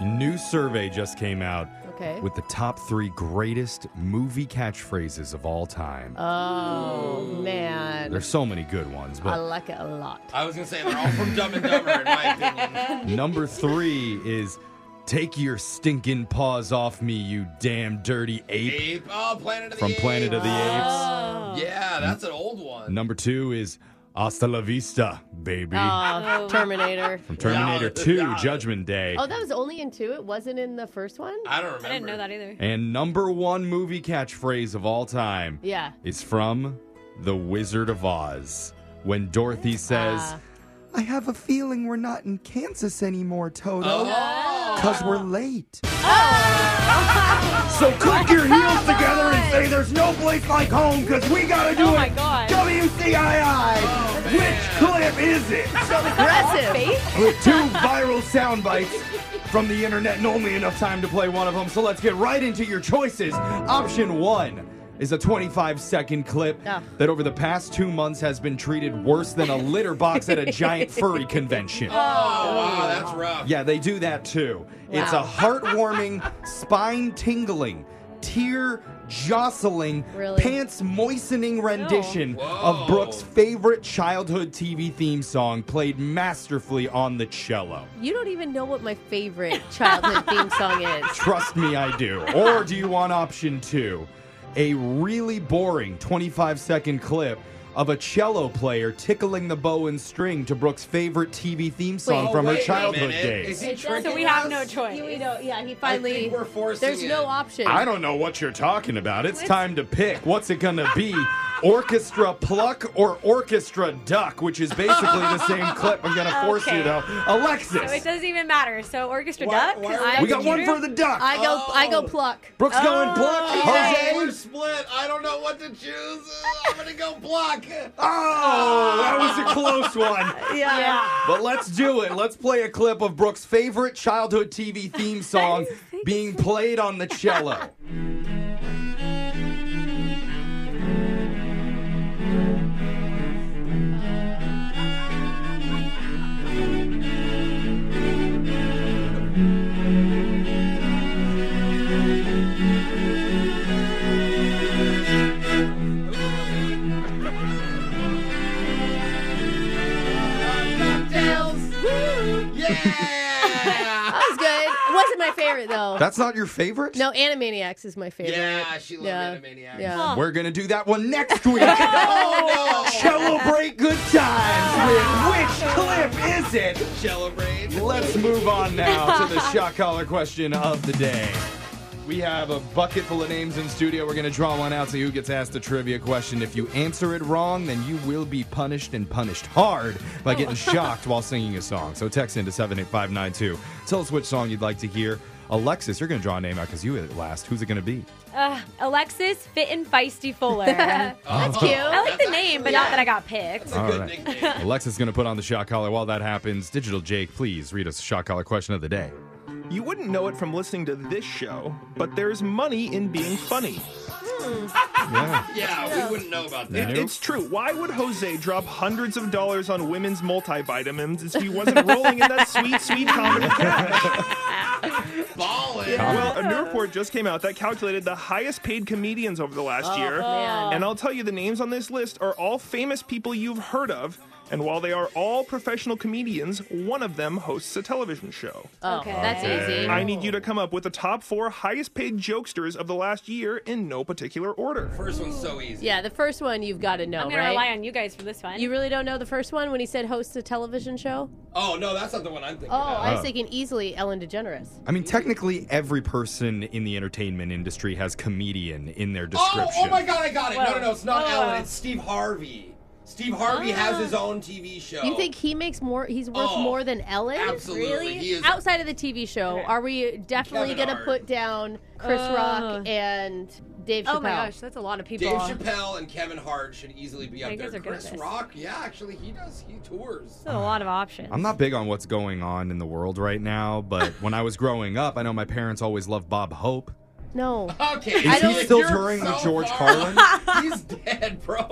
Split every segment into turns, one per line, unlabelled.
New survey just came out
Okay.
with the top three greatest movie catchphrases of all time.
oh man,
There's so many good ones,
I
but
like it a lot.
I was gonna say they're all from Dumb and Dumber, in my opinion.
number three is "Take your stinking paws off me, you damn dirty ape."
Ape. Oh, Planet of the
From
Apes.
Planet of the Apes.
Oh.
Oh.
Yeah, that's an old one.
Number two is "Hasta la vista, baby."
Oh, Terminator.
From Terminator
Yeah,
2,
yeah.
Judgment Day.
Oh, that was only in two. It wasn't in the first one.
I don't remember.
I didn't know that either.
And number one movie catchphrase of all time
Yeah.
is from The Wizard of Oz when Dorothy says,
Ah.
I have a feeling we're not in Kansas anymore, Toto.
Oh.
Because we're late. so click your heels together and say there's no place like home because we got to do
Oh
it.
my God.
WCII.
Oh,
Which clip is it?
So aggressive.
With two viral
sound bites from the internet and only enough time to play one of them. So let's get right into your choices. Option one is a 25 second clip
Ah.
that over the past two months has been treated worse than a litter box at a giant furry convention.
Oh, wow, that's rough.
Yeah, they do that too. It's a
Wow.
heartwarming, spine tingling, tear jostling,
Really?
pants moistening rendition
Whoa.
of Brooks' favorite childhood TV theme song played masterfully on the cello.
You don't even know what my favorite childhood theme song is.
Trust me, I do. Or do you want option two? A really boring 25 second clip of a cello player tickling the bow and string to Brooks' favorite TV theme song
Wait.
from
Oh,
her
wait a
childhood
minute. Is
days.
he tricking
So we have
us?
no choice.
You know, yeah, he
I
finally.
think we're forcing
there's
it.
no option.
I don't know what you're talking about. It's time to pick. What's it going to be? Orchestra pluck or orchestra duck, which is basically the same clip. I'm going to force you
Okay.
though.
So it
Alexis,
doesn't even matter. So Orchestra
Why-
Duck.
why
'cause
are
I'm
we got one
computer.
for the duck.
I go. I go
Oh.
pluck.
Brooks going pluck.
Oh,
Jose.
we're split. I don't know what to choose. I'm gonna go block.
Oh, that was a close one.
Yeah.
But let's do it. Let's play a clip of Brooke's favorite childhood TV theme song being played on the cello.
Yeah.
That was good. It wasn't my favorite though.
That's not your favorite?
no, Animaniacs is my favorite.
yeah, she loved
Yeah.
Animaniacs.
Yeah.
We're going to do that one next week.
Oh no!
cello break good times with which clip?
clip is it?
Celebrate.
Let's move on now to the shot collar question of the day. We have a bucket full of names in studio. We're going to draw one out, see who gets asked a trivia question. If you answer it wrong, then you will be punished and punished hard by getting shocked while singing a song. So text into 78592. Tell us which song you'd like to hear. Alexis, you're going to draw a name out because you hit it last. Who's it going to be?
Uh, Alexis Fit and Feisty Fuller. I
That's cute.
like the name, but not that I got picked.
All
Good
right.
nickname.
Alexis is going to put on the shot collar. While that happens, Digital Jake, please read us a shot collar question of the day.
You wouldn't know it from listening to this show, but there's money in being funny.
Yeah, we wouldn't know about
Yeah.
that.
Nope.
It's true. Why would Jose drop hundreds of dollars on women's multivitamins if he wasn't rolling in that sweet, sweet comedy cash?
Ballin'.
Well, a new report just came out that calculated the highest paid comedians over the last year.
man.
And I'll tell you, the names on this list are all famous people you've heard of. And while they are all professional comedians, one of them hosts a television show.
Oh,
Okay.
That's easy.
I need you to come up with the top four highest paid jokesters of the last year in no particular order.
First one's so easy.
Yeah, the first one you've got to know,
I'm gonna
right?
rely on you guys for this one.
you really don't know the first one when he said host a television show?
Oh no, that's not the one I'm thinking
Oh, I
about.
was thinking easily Ellen DeGeneres.
I mean, technically, every person in the entertainment industry has comedian in their description.
oh, oh my god, I got it. No, no, no, it's not
Whoa.
Ellen. It's Steve Harvey. Steve Harvey has his own TV show.
Ah. You think he makes more? He's worth
Oh,
more than Ellen?
absolutely.
Really?
He is-
Outside of the TV show, are we definitely
Kevin
going to
Hart.
put down Chris
Oh.
Rock and Dave Chappelle?
oh my gosh, that's a lot of people.
Dave Chappelle and Kevin Hart should easily be up
You guys
there.
are good at
Chris
this.
Rock, yeah, actually, he does. He tours.
That's a lot of options.
I'm not big on what's going on in the world right now, but when I was growing up, I know my parents always loved Bob Hope.
No.
Okay.
Is
don't-
he still
you're
touring
so
with George
far-
Carlin?
He's
Oh,
dead, bro.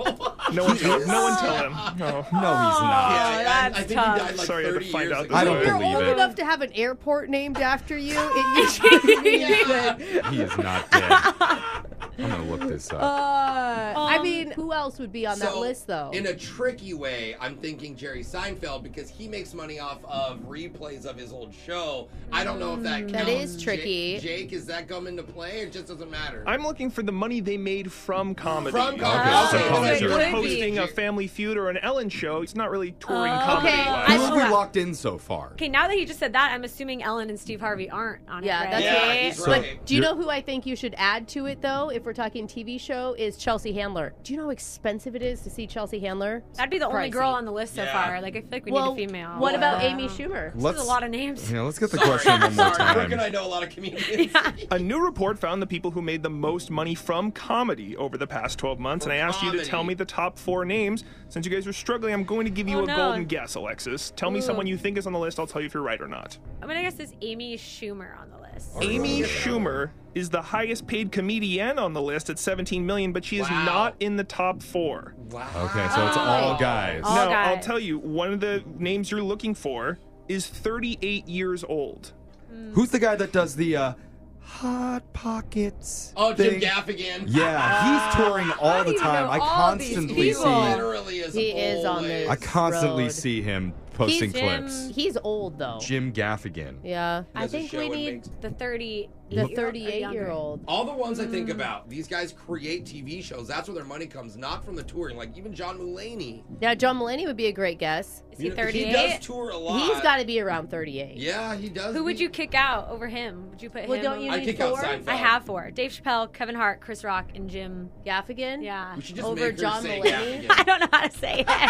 No one tell, no one tell him. No.
No, he's not.
I-
that's
I, think
tough.
he died like
Sorry, I had to
30
find
years
out
ago.
this
I
When
don't
you're
believe
old
it.
enough to have an airport named after you, it usually means that.
He is not dead. I'm gonna look this up.
Uh, I
Um,
mean, who else would be on that
So,
list, though?
In a tricky way, I'm thinking Jerry Seinfeld because he makes money off of replays of his old show. I don't know if that counts.
Mm, that is
Ja-
tricky.
Jake, is that come into play? It just doesn't matter.
I'm looking for the money they made from comedy.
From comedy.
As
Okay,
opposed
so it
to
could
you're
be.
hosting a Family Feud or an Ellen show. It's not really touring comedy.
Uh, okay.
wise.
Who
I-
have we locked in so far?
Okay, now that he just said that, I'm assuming Ellen and Steve Harvey aren't on
Yeah,
it.
that's
right?
yeah, he's
So-
right.
Do you
You're-
know who I think you should add to it, though, if we're talking TV show, is Chelsea Handler. Do you know how expensive it is to see Chelsea Handler?
That'd be the only
Pricey.
girl on the list so
Yeah.
far. Like I feel like we
well,
need a female.
What about
Yeah.
Amy Schumer?
There's a lot of names.
Yeah, let's get the
Sorry,
question one more
sorry. Brooke and I
time.
know a lot of comedians.
A new report found the people who made the most money from comedy over the past 12 months, and I asked you to
comedy.
tell me the top four names. Since you guys were struggling, I'm going to give you
Oh,
a
no.
golden guess, Alexis. Tell me
Ooh.
someone you think is on the list. I'll tell you if you're right or not.
I'm gonna guess it's Amy Schumer on the list.
Amy Schumer is the highest paid comedian on the list at 17 million, but she is
Wow.
not in the top four.
Wow.
Okay, so it's all guys.
Oh.
now, I'll
guys.
tell you, one of the names you're looking for is 38 years old.
Who's the guy that does the uh, hot pockets?
Oh, Jim
thing?
Gaffigan.
Yeah, he's touring all
do
the
you
time.
know
I
all these
constantly
He
see.
people?
I
literally is.
He is on
old.
this.
constantly
Road.
see him posting
He's Jim-
clips.
He's old, though.
Jim Gaffigan.
Yeah.
I
Does a
think
show
we
and
need
makes-
the 30,
The 38 year old.
All the ones I think
Mm.
about, these guys create TV shows. That's where their money comes, not from the touring. Like even John Mulaney,
Yeah, John Mulaney would be a great guess.
Is he
You know, He does
38?
tour a lot.
He's got to be around 38.
Yeah, he does.
Who would
be-
you kick out over him? Would you put
Well,
him?
don't you
over-
I
need
kick out
four?
Seinfeld.
I have four: Dave Chappelle, Kevin Hart, Chris Rock, and Jim.
Gaffigan?
Yeah.
We should just
Over
make her
John
say
Mulaney?
Gaffigan.
I don't know how to say it.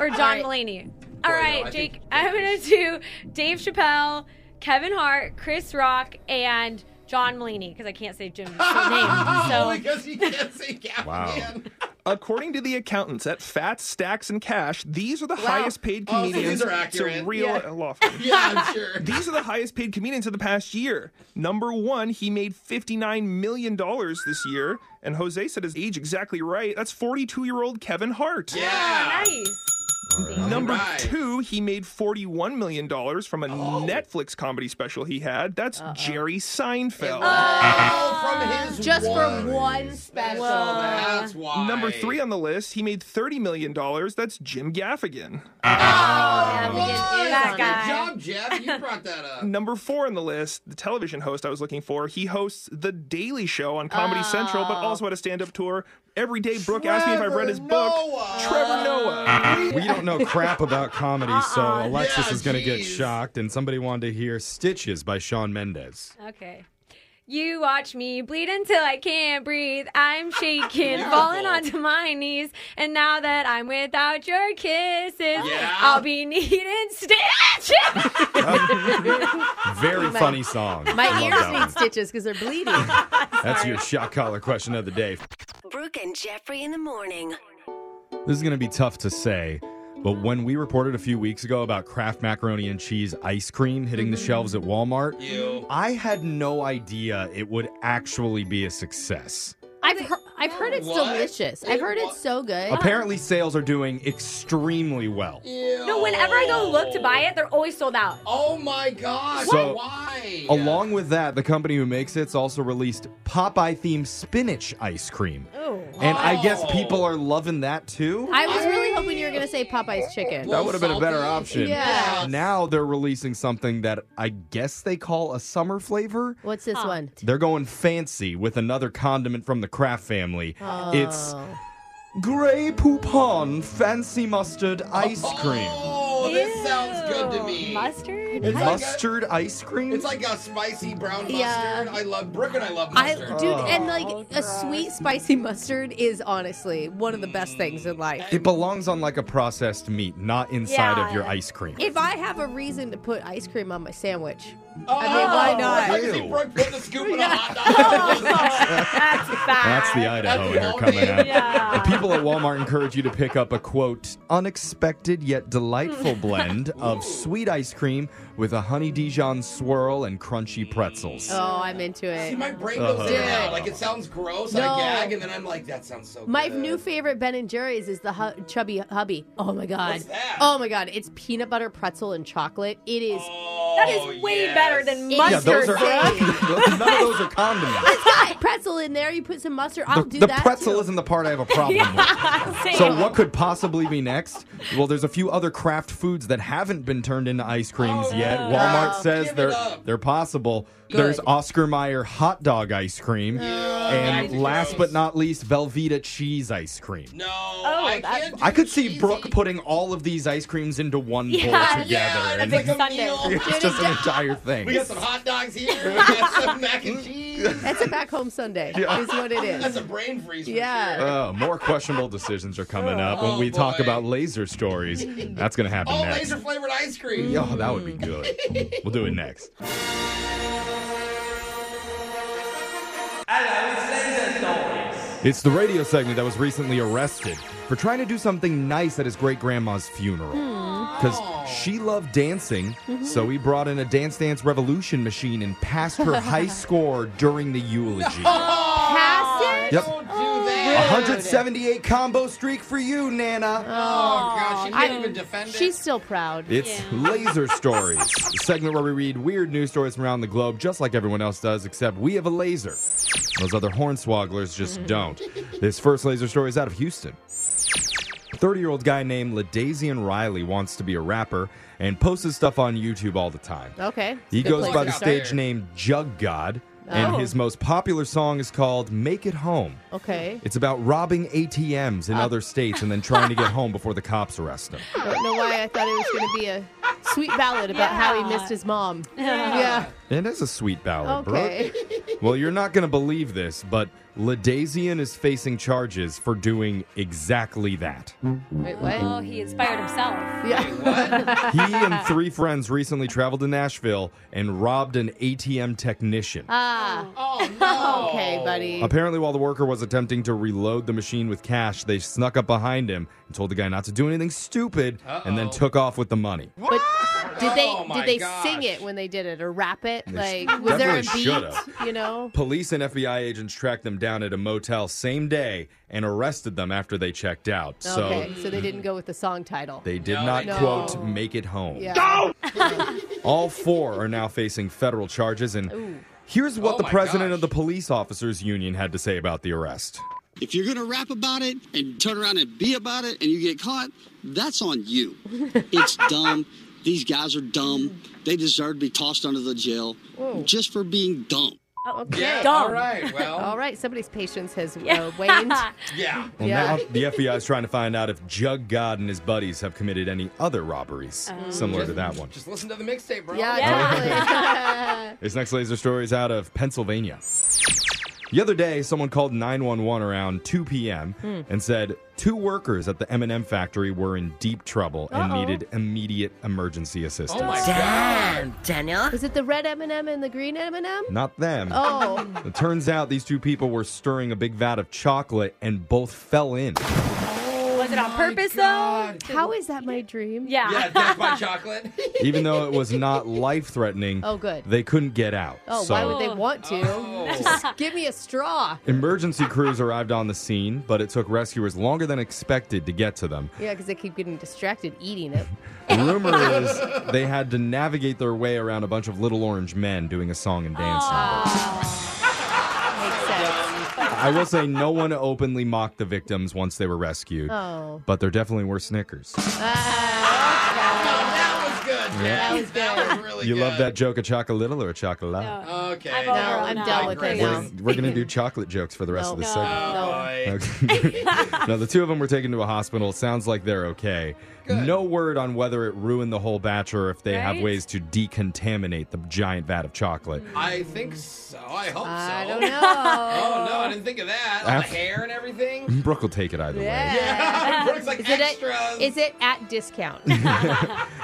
or John
All right.
Mulaney.
Boy,
All
no,
right,
I
Jake.
think-
I'm gonna do Dave Chappelle, Kevin Hart, Chris Rock, and John Mulaney because I can't say Jim's full
Only
name. So
because he can't say Gaffigan.
Wow.
According to the accountants at Fat Stacks and Cash, these are the highest paid
Oh, so these
comedians.
are accurate.
It's a real
Yeah.
law firm.
Yeah, I'm sure.
These are the highest paid comedians of the past year. Number one, he made $59 million this year. And Jose said his age exactly right. That's 42 year old Kevin Hart.
yeah.
nice.
Number
Right. Oh.
two, he made $41 million from a Netflix comedy special he had. That's
Uh-uh.
Jerry Seinfeld.
Oh, from his
Just
one.
for one special.
So
Uh,
that's why.
Number three on the list, he made $30 million. That's Jim Gaffigan.
Gaffigan is
That
on
guy.
it.
Good job, Jeff. You brought that up.
Number four on the list, the television host I was looking for. He hosts The Daily Show on Comedy Central, but also had a stand up tour. Every day, Brooke asked me if I've read his
Trevor
book.
Noah.
Trevor Noah.
We don't know crap about comedy, so
Uh-uh.
Alexis
Yeah,
is going to get
jeez.
shocked, and somebody wanted to hear Stitches by Sean Mendez.
Okay. You watch me bleed until I can't breathe. I'm shaking, falling onto my knees. And now that I'm without your kisses,
Yeah.
I'll be needing stitches.
Very funny song.
Uh-uh. My
Love that
ears
one.
need stitches because they're bleeding.
That's your shock collar question of the day.
Brooke and Jeffrey in the morning.
This is going to be tough to say, but when we reported a few weeks ago about Kraft macaroni and cheese ice cream hitting
Mm-hmm.
the shelves at Walmart,
You.
I had no idea it would actually be a success.
I've, heard, I've heard it's
What?
delicious. I've heard it's so good.
Apparently, sales are doing extremely well.
Ew.
no, whenever I go look to buy it, they're always sold out.
Oh my gosh.
So,
why?
Along with that, the company who makes it's also released Popeye themed spinach ice cream.
Oh.
And I guess
Oh.
people are loving that too.
I was really hoping you were going to say Popeye's chicken.
that would have been a better
Salty.
option.
Yeah.
Now they're releasing something that I guess they call a summer flavor.
What's this one?
They're going fancy with another condiment from the Kraft family. It's
Oh.
Grey Poupon Fancy Mustard Ice Cream.
Oh, this sounds good to me.
Mustard?
It's
like a-
mustard ice cream?
It's like a spicy brown mustard.
Yeah.
I love Brooke and I love
I,
mustard.
dude, and like a sweet spicy mustard is honestly one of the best things in life.
it belongs on like a processed meat, not inside of
Yeah.
your ice cream.
If I have a reason to put ice cream on my sandwich,
oh,
I mean, why not?
I can see
Ew.
Brooke putting a scoop in a hot dog.
That's bad.
That's the Idaho in her coming out.
Yeah.
The people at Walmart encourage you to pick up a quote, unexpected yet delightful blend of sweet ice cream with a honey Dijon swirl and crunchy pretzels.
Oh, I'm into
See,
it.
my brain goes in and
Uh-huh.
out. Like it sounds gross.
No.
I gag, and then I'm like, that sounds so.
My
good.
new favorite Ben and Jerry's is the hu- chubby hubby. Oh my god.
What's that?
Oh my god, it's peanut butter pretzel and chocolate. It is
Oh,
That is way
yes.
better than
Yeah,
yeah, those
mustard.
are none of those are condiments.
it's got pretzel in there. You put some mustard. I'll
The,
do
the
that.
pretzel
too.
isn't the part I have a problem with.
Same.
So what could possibly be next? Well, there's a few other craft foods that haven't been turned into ice creams
Oh,
yet.
no.
Walmart
Oh,
says
give it
they're
up.
they're possible. There's Oscar Mayer hot dog ice cream,
that's
and last
gross.
but not least, Velveeta cheese ice cream.
No, I
Oh, that's-
can't. do
I could see
cheesy.
Brooke putting all of these ice creams into one bowl
Yeah,
together.
Yeah,
and
it's like a
Sunday.
meal.
it's just an entire thing.
We got some hot dogs here. We got some mac and cheese.
That's a back home Sunday. Is what it
That's
is.
a brain freeze. For
Yeah.
Sure.
Oh, more questionable decisions are coming up when
Oh,
we talk
boy.
about laser stories. That's going to happen
All
next.
Oh, laser flavored ice cream.
Oh, that would be good. we'll do it next. It's the radio segment that was recently arrested for trying to do something nice at his great grandma's funeral.
Hmm.
Because she loved dancing,
Mm-hmm.
so he brought in a Dance Dance Revolution machine and passed her high score during the eulogy.
Cast it? Oh.
Yep.
Oh, Don't do that.
178 combo streak for you, Nana.
Oh gosh, she can't
I-
even defend it.
She's still proud.
It's Laser Stories, a segment where we read weird news stories from around the globe, just like everyone else does, except we have a laser. Those other hornswogglers
Mm-hmm.
just don't. This first laser story is out of Houston. 30 year old guy named Ladazian Riley wants to be a rapper and posts his stuff on YouTube all the time.
Okay.
He
Good
goes
place
by
to
the
out
start.
stage
there.
name Jug God, and
Oh.
his most popular song is called Make It Home.
Okay.
It's about robbing ATMs
Uh.
in other states and then trying to get home before the cops arrest him.
Don't know why I thought it was going to be a sweet ballad about how he missed his mom. Yeah.
It is a sweet ballad, bro.
Okay.
Well, you're not going to believe this, but Ladazian is facing charges for doing exactly that.
Wait, what?
Oh, he inspired himself.
Yeah.
He and three friends recently traveled to Nashville and robbed an ATM technician.
Ah.
oh no.
Okay, buddy.
Apparently, while the worker was attempting to reload the machine with cash, they snuck up behind him and told the guy not to do anything stupid and then
Uh-oh.
took off with the money.
But did they
Oh, my
did they
gosh.
sing it when they did it or rap it?
They
Like was there a
definitely
beat?
should've.
You know.
Police and FBI agents tracked them down at a motel same day and arrested them after they checked out.
Okay,
So
so they didn't go with the song title.
they did
No,
not,
they
quote,
didn't.
make it home.
yeah.
All four are now facing federal charges. And here's what
Oh
the
my
president
gosh.
of the police officers union had to say about the arrest.
If you're going to rap about it and turn around and be about it and you get caught, that's on you. It's dumb. These guys are dumb. They deserve to be tossed under the jail just for being dumb.
Yeah.
Okay.
All right. Well.
All right, somebody's patience has uh, waned.
Yeah.
Well,
Yeah.
now the FBI is trying to find out if Jug God and his buddies have committed any other robberies similar to that one.
Oh.
Oh.
Just listen to the mixtape, bro.
Um, Yeah, totally.
This next laser story is out of Pennsylvania. The other day, someone called 911 around 2 p.m.
Hmm.
and said two workers at the M&M factory were in deep trouble and needed immediate emergency assistance.
Oh my god.
Damn, Daniel.
Is it the red M&M and the green M&M?
Not them.
Oh,
It turns out these two people were stirring a big vat of chocolate and both fell in.
Was it on purpose though?
how is that my dream?
Yeah.
Oh Yeah, death by chocolate.
Even though it was not life threatening,
Oh, good.
they couldn't get out.
Oh,
so
why would they want to?
Oh.
Give me a straw.
emergency crews arrived on the scene, but it took rescuers longer than expected to get to them.
Yeah, because they keep getting distracted eating it.
Rumor is they had to navigate their way around a bunch of little orange men doing a song and dance. number.
Makes sense.
I will say no one openly mocked the victims once they were rescued,
Oh.
but there definitely were snickers.
that was good. Jerry.
That
was
That was really
You
good.
love that joke, a chocolate little or a chocolate?
Okay.
I'm over
No,
No,
it
I'm
now.
done with it
We're,
now.
we're going to do chocolate jokes for the rest
No.
of the
No.
segment.
Oh,
No.
boy.
Okay. now the two of them were taken to a hospital. It sounds like they're okay. No word on whether it ruined the whole batch or if they have
Right?
ways to decontaminate the giant vat of chocolate.
I think so. I hope
I
so.
don't know.
Oh no, I didn't think of that. All the
After-
hair and everything.
Brooke will take it either way.
Yeah.
Brooks like
Is it,
extras.
at, is it at discount?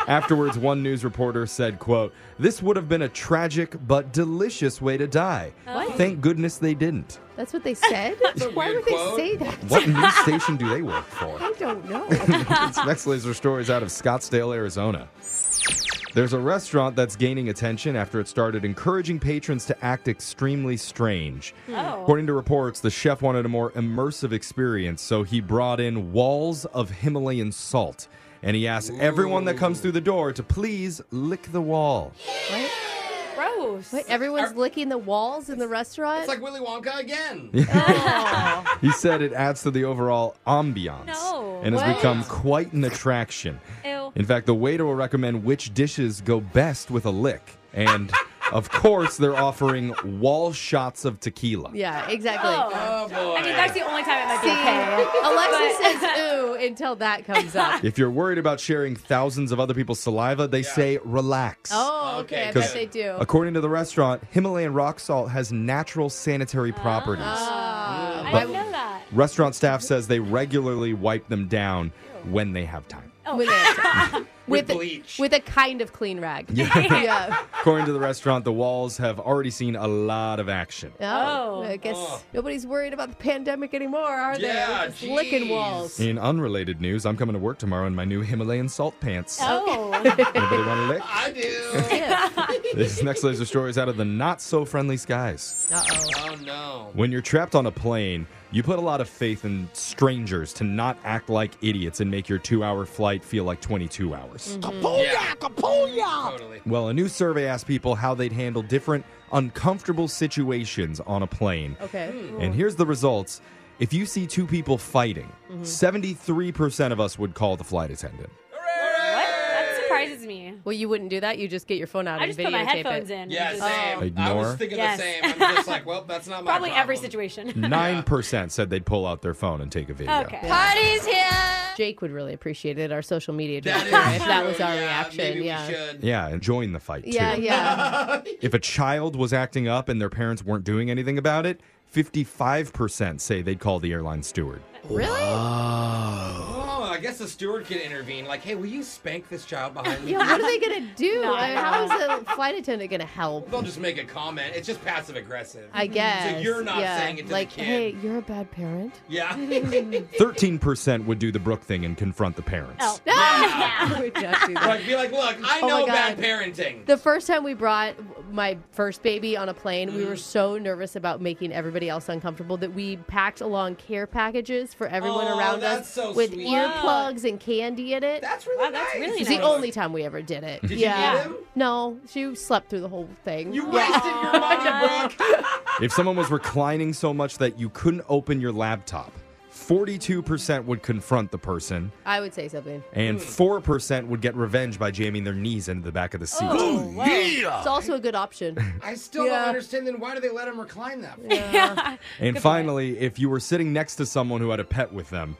Afterwards, one news reporter said, "quote This would have been a tragic but delicious way to die. Thank goodness they didn't."
That's what they said?
a
Why
weird
would they
quote.
say that?
What news station do they work for?
I don't know.
This next laser story is out of Scottsdale, Arizona. There's a restaurant that's gaining attention after it started encouraging patrons to act extremely strange. According to reports, the chef wanted a more immersive experience, so he brought in walls of Himalayan salt. And he asked everyone that comes through the door to please lick the wall.
Gross.
Wait, everyone's licking the walls in the restaurant?
It's like Willy Wonka again.
He said it adds to the overall ambiance
No.
and has
What?
become quite an attraction.
Ew.
In fact, the waiter will recommend which dishes go best with a lick. And of course, they're offering wall shots of tequila.
yeah, exactly.
Oh boy.
I mean, that's the only time it might be
See,
okay.
Alexa
But-
says ooh until that comes up.
If you're worried about sharing thousands of other people's saliva, they say relax.
Oh, okay. I
Okay,
bet
good.
they do.
According to the restaurant, Himalayan rock salt has natural sanitary properties.
Ah,
I
Mm.
But-
didn't know that.
Restaurant staff says they regularly wipe them down when they have time.
with, it.
Oh. With
With a-
bleach.
with a kind of clean rag. yeah.
According to the restaurant, the walls have already seen a lot of action.
Oh.
Oh, I guess
Oh.
nobody's worried about the pandemic anymore, are they?
Yeah,
We're just licking
jeez.
walls.
In unrelated news, I'm coming to work tomorrow in my new Himalayan salt pants.
Oh.
Anybody want to lick?
I do.
This next laser story is out of the not so friendly skies.
Uh-oh.
oh no.
When you're trapped on a plane, you put a lot of faith in strangers to not act like idiots and make your two hour flight feel like 22
Mm.
hours.
Yeah. Totally.
Well, a new survey asked people how they'd handle different uncomfortable situations on a plane.
Okay.
And here's the results. If you see two people fighting, 73% of us would call the flight attendant.
That surprises me.
Well, you wouldn't do that. You just get your phone out
I
and
just
videotape
put my headphones
it. Oh.
in.
Yeah,
Just-
same. I was
Ignore.
thinking
Yes.
the same. I'm just like, well, that's not my
Probably every
problem.
situation.
9% said they'd pull out their phone and take a video.
okay.
Party's here.
Jake would really appreciate it. Our social media
That
director,
is
if that
true.
was our
Yeah,
reaction.
Maybe
yeah.
We should.
Yeah, and join the fight too.
Yeah, yeah.
If a child was acting up and their parents weren't doing anything about it, 55% say they'd call the airline steward.
really?
Oh, I guess the steward can intervene. Like, hey, will you spank this child behind the
Yeah, what are they going to do?
No,
I mean,
no.
how is the flight attendant going to help?
They'll just make a comment. It's just passive aggressive.
I guess.
you're not
yeah.
saying it to the
Like,
kid.
hey, you're a bad parent.
yeah.
13% would do the Brooke thing and confront the parents.
Oh.
I would not do that.
like, be like, look, I
Oh my
know bad
God.
parenting.
The first time we brought my first baby on a plane, we
Mm-hmm.
were so nervous about making everybody else uncomfortable that we packed along care packages for everyone
Oh,
around
that's
us
so
with
sweet.
earplugs and candy in it.
that's really
Wow, that's
nice.
really
It's
nice.
the only time we ever did it.
you
yeah.
get him?
No, she slept through the whole thing.
You wasted your money, Brooke.
If someone was reclining so much that you couldn't open your laptop, 42% would confront the person,
I would say something.
and 4% would get revenge by jamming their knees into the back of the seat.
It's also a good option.
I still
Yeah.
don't understand. Then why do they let him recline that? far?
And finally, if you were sitting next to someone who had a pet with them,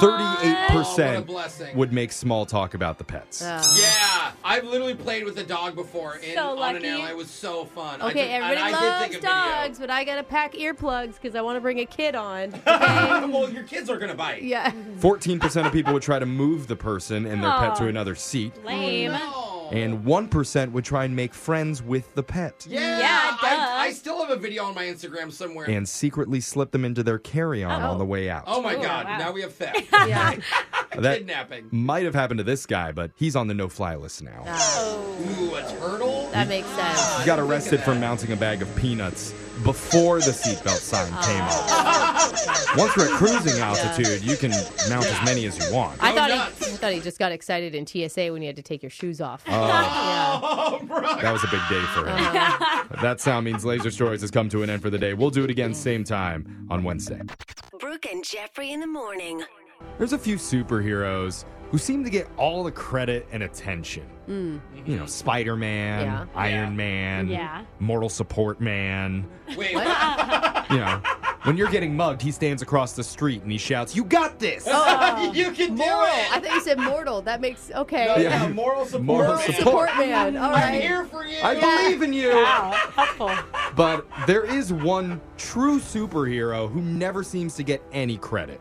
Oh, what a
38%
blessing.
would make small talk about the pets.
Uh,
Yeah, I've literally played with a dog before in,
So
on an
lucky.
airline. It was so fun. I
Okay,
took- and
everybody
I
loves
did take a
dogs,
video.
but I gotta pack earplugs because I want to bring a kid on. Okay?
well, your kids are gonna bite.
yeah.
14% of people would try to move the person and their pet
Aw.
to another seat.
Lame.
Oh, No.
And 1% would try and make friends with the pet
yeah,
Yeah,
I,
duh.
I still have a video on my Instagram somewhere.
and secretly slip them into their carry on on the way out.
oh my god,
wow.
now we have theft,
Yeah.
that
kidnapping.
might have happened to this guy, but he's on the no fly list now.
Ooh, a turtle.
That makes sense.
He got arrested for mounting a bag of peanuts before the seatbelt sign came up. Once we're at cruising altitude, you can mount as many as you want.
I
Go
thought he,
nuts.
I thought he just got excited in TSA when you had to take your shoes off.
oh, bro.
That was a big day for him.
Uh-huh.
That sound means Laser Stories has come to an end for the day. We'll do it again same time on Wednesday.
Brooke and Jeffrey in the morning.
There's a few superheroes who seem to get all the credit and attention.
Hmm.
You know, Spider Man,
Yeah.
Iron Man,
Yeah.
Mortal Support Man.
Wait,
You know, when you're getting mugged, he stands across the street and he shouts, You got this!
Oh.
you can do
moral. I
it.
thought you said mortal. That makes okay.
No,
Yeah.
no, moral support.
Moral
man.
support.
Support man. All
I'm
right.
here for you.
I believe in you!
Wow, helpful.
But there is one true superhero
Hmm.
who never seems to get any credit.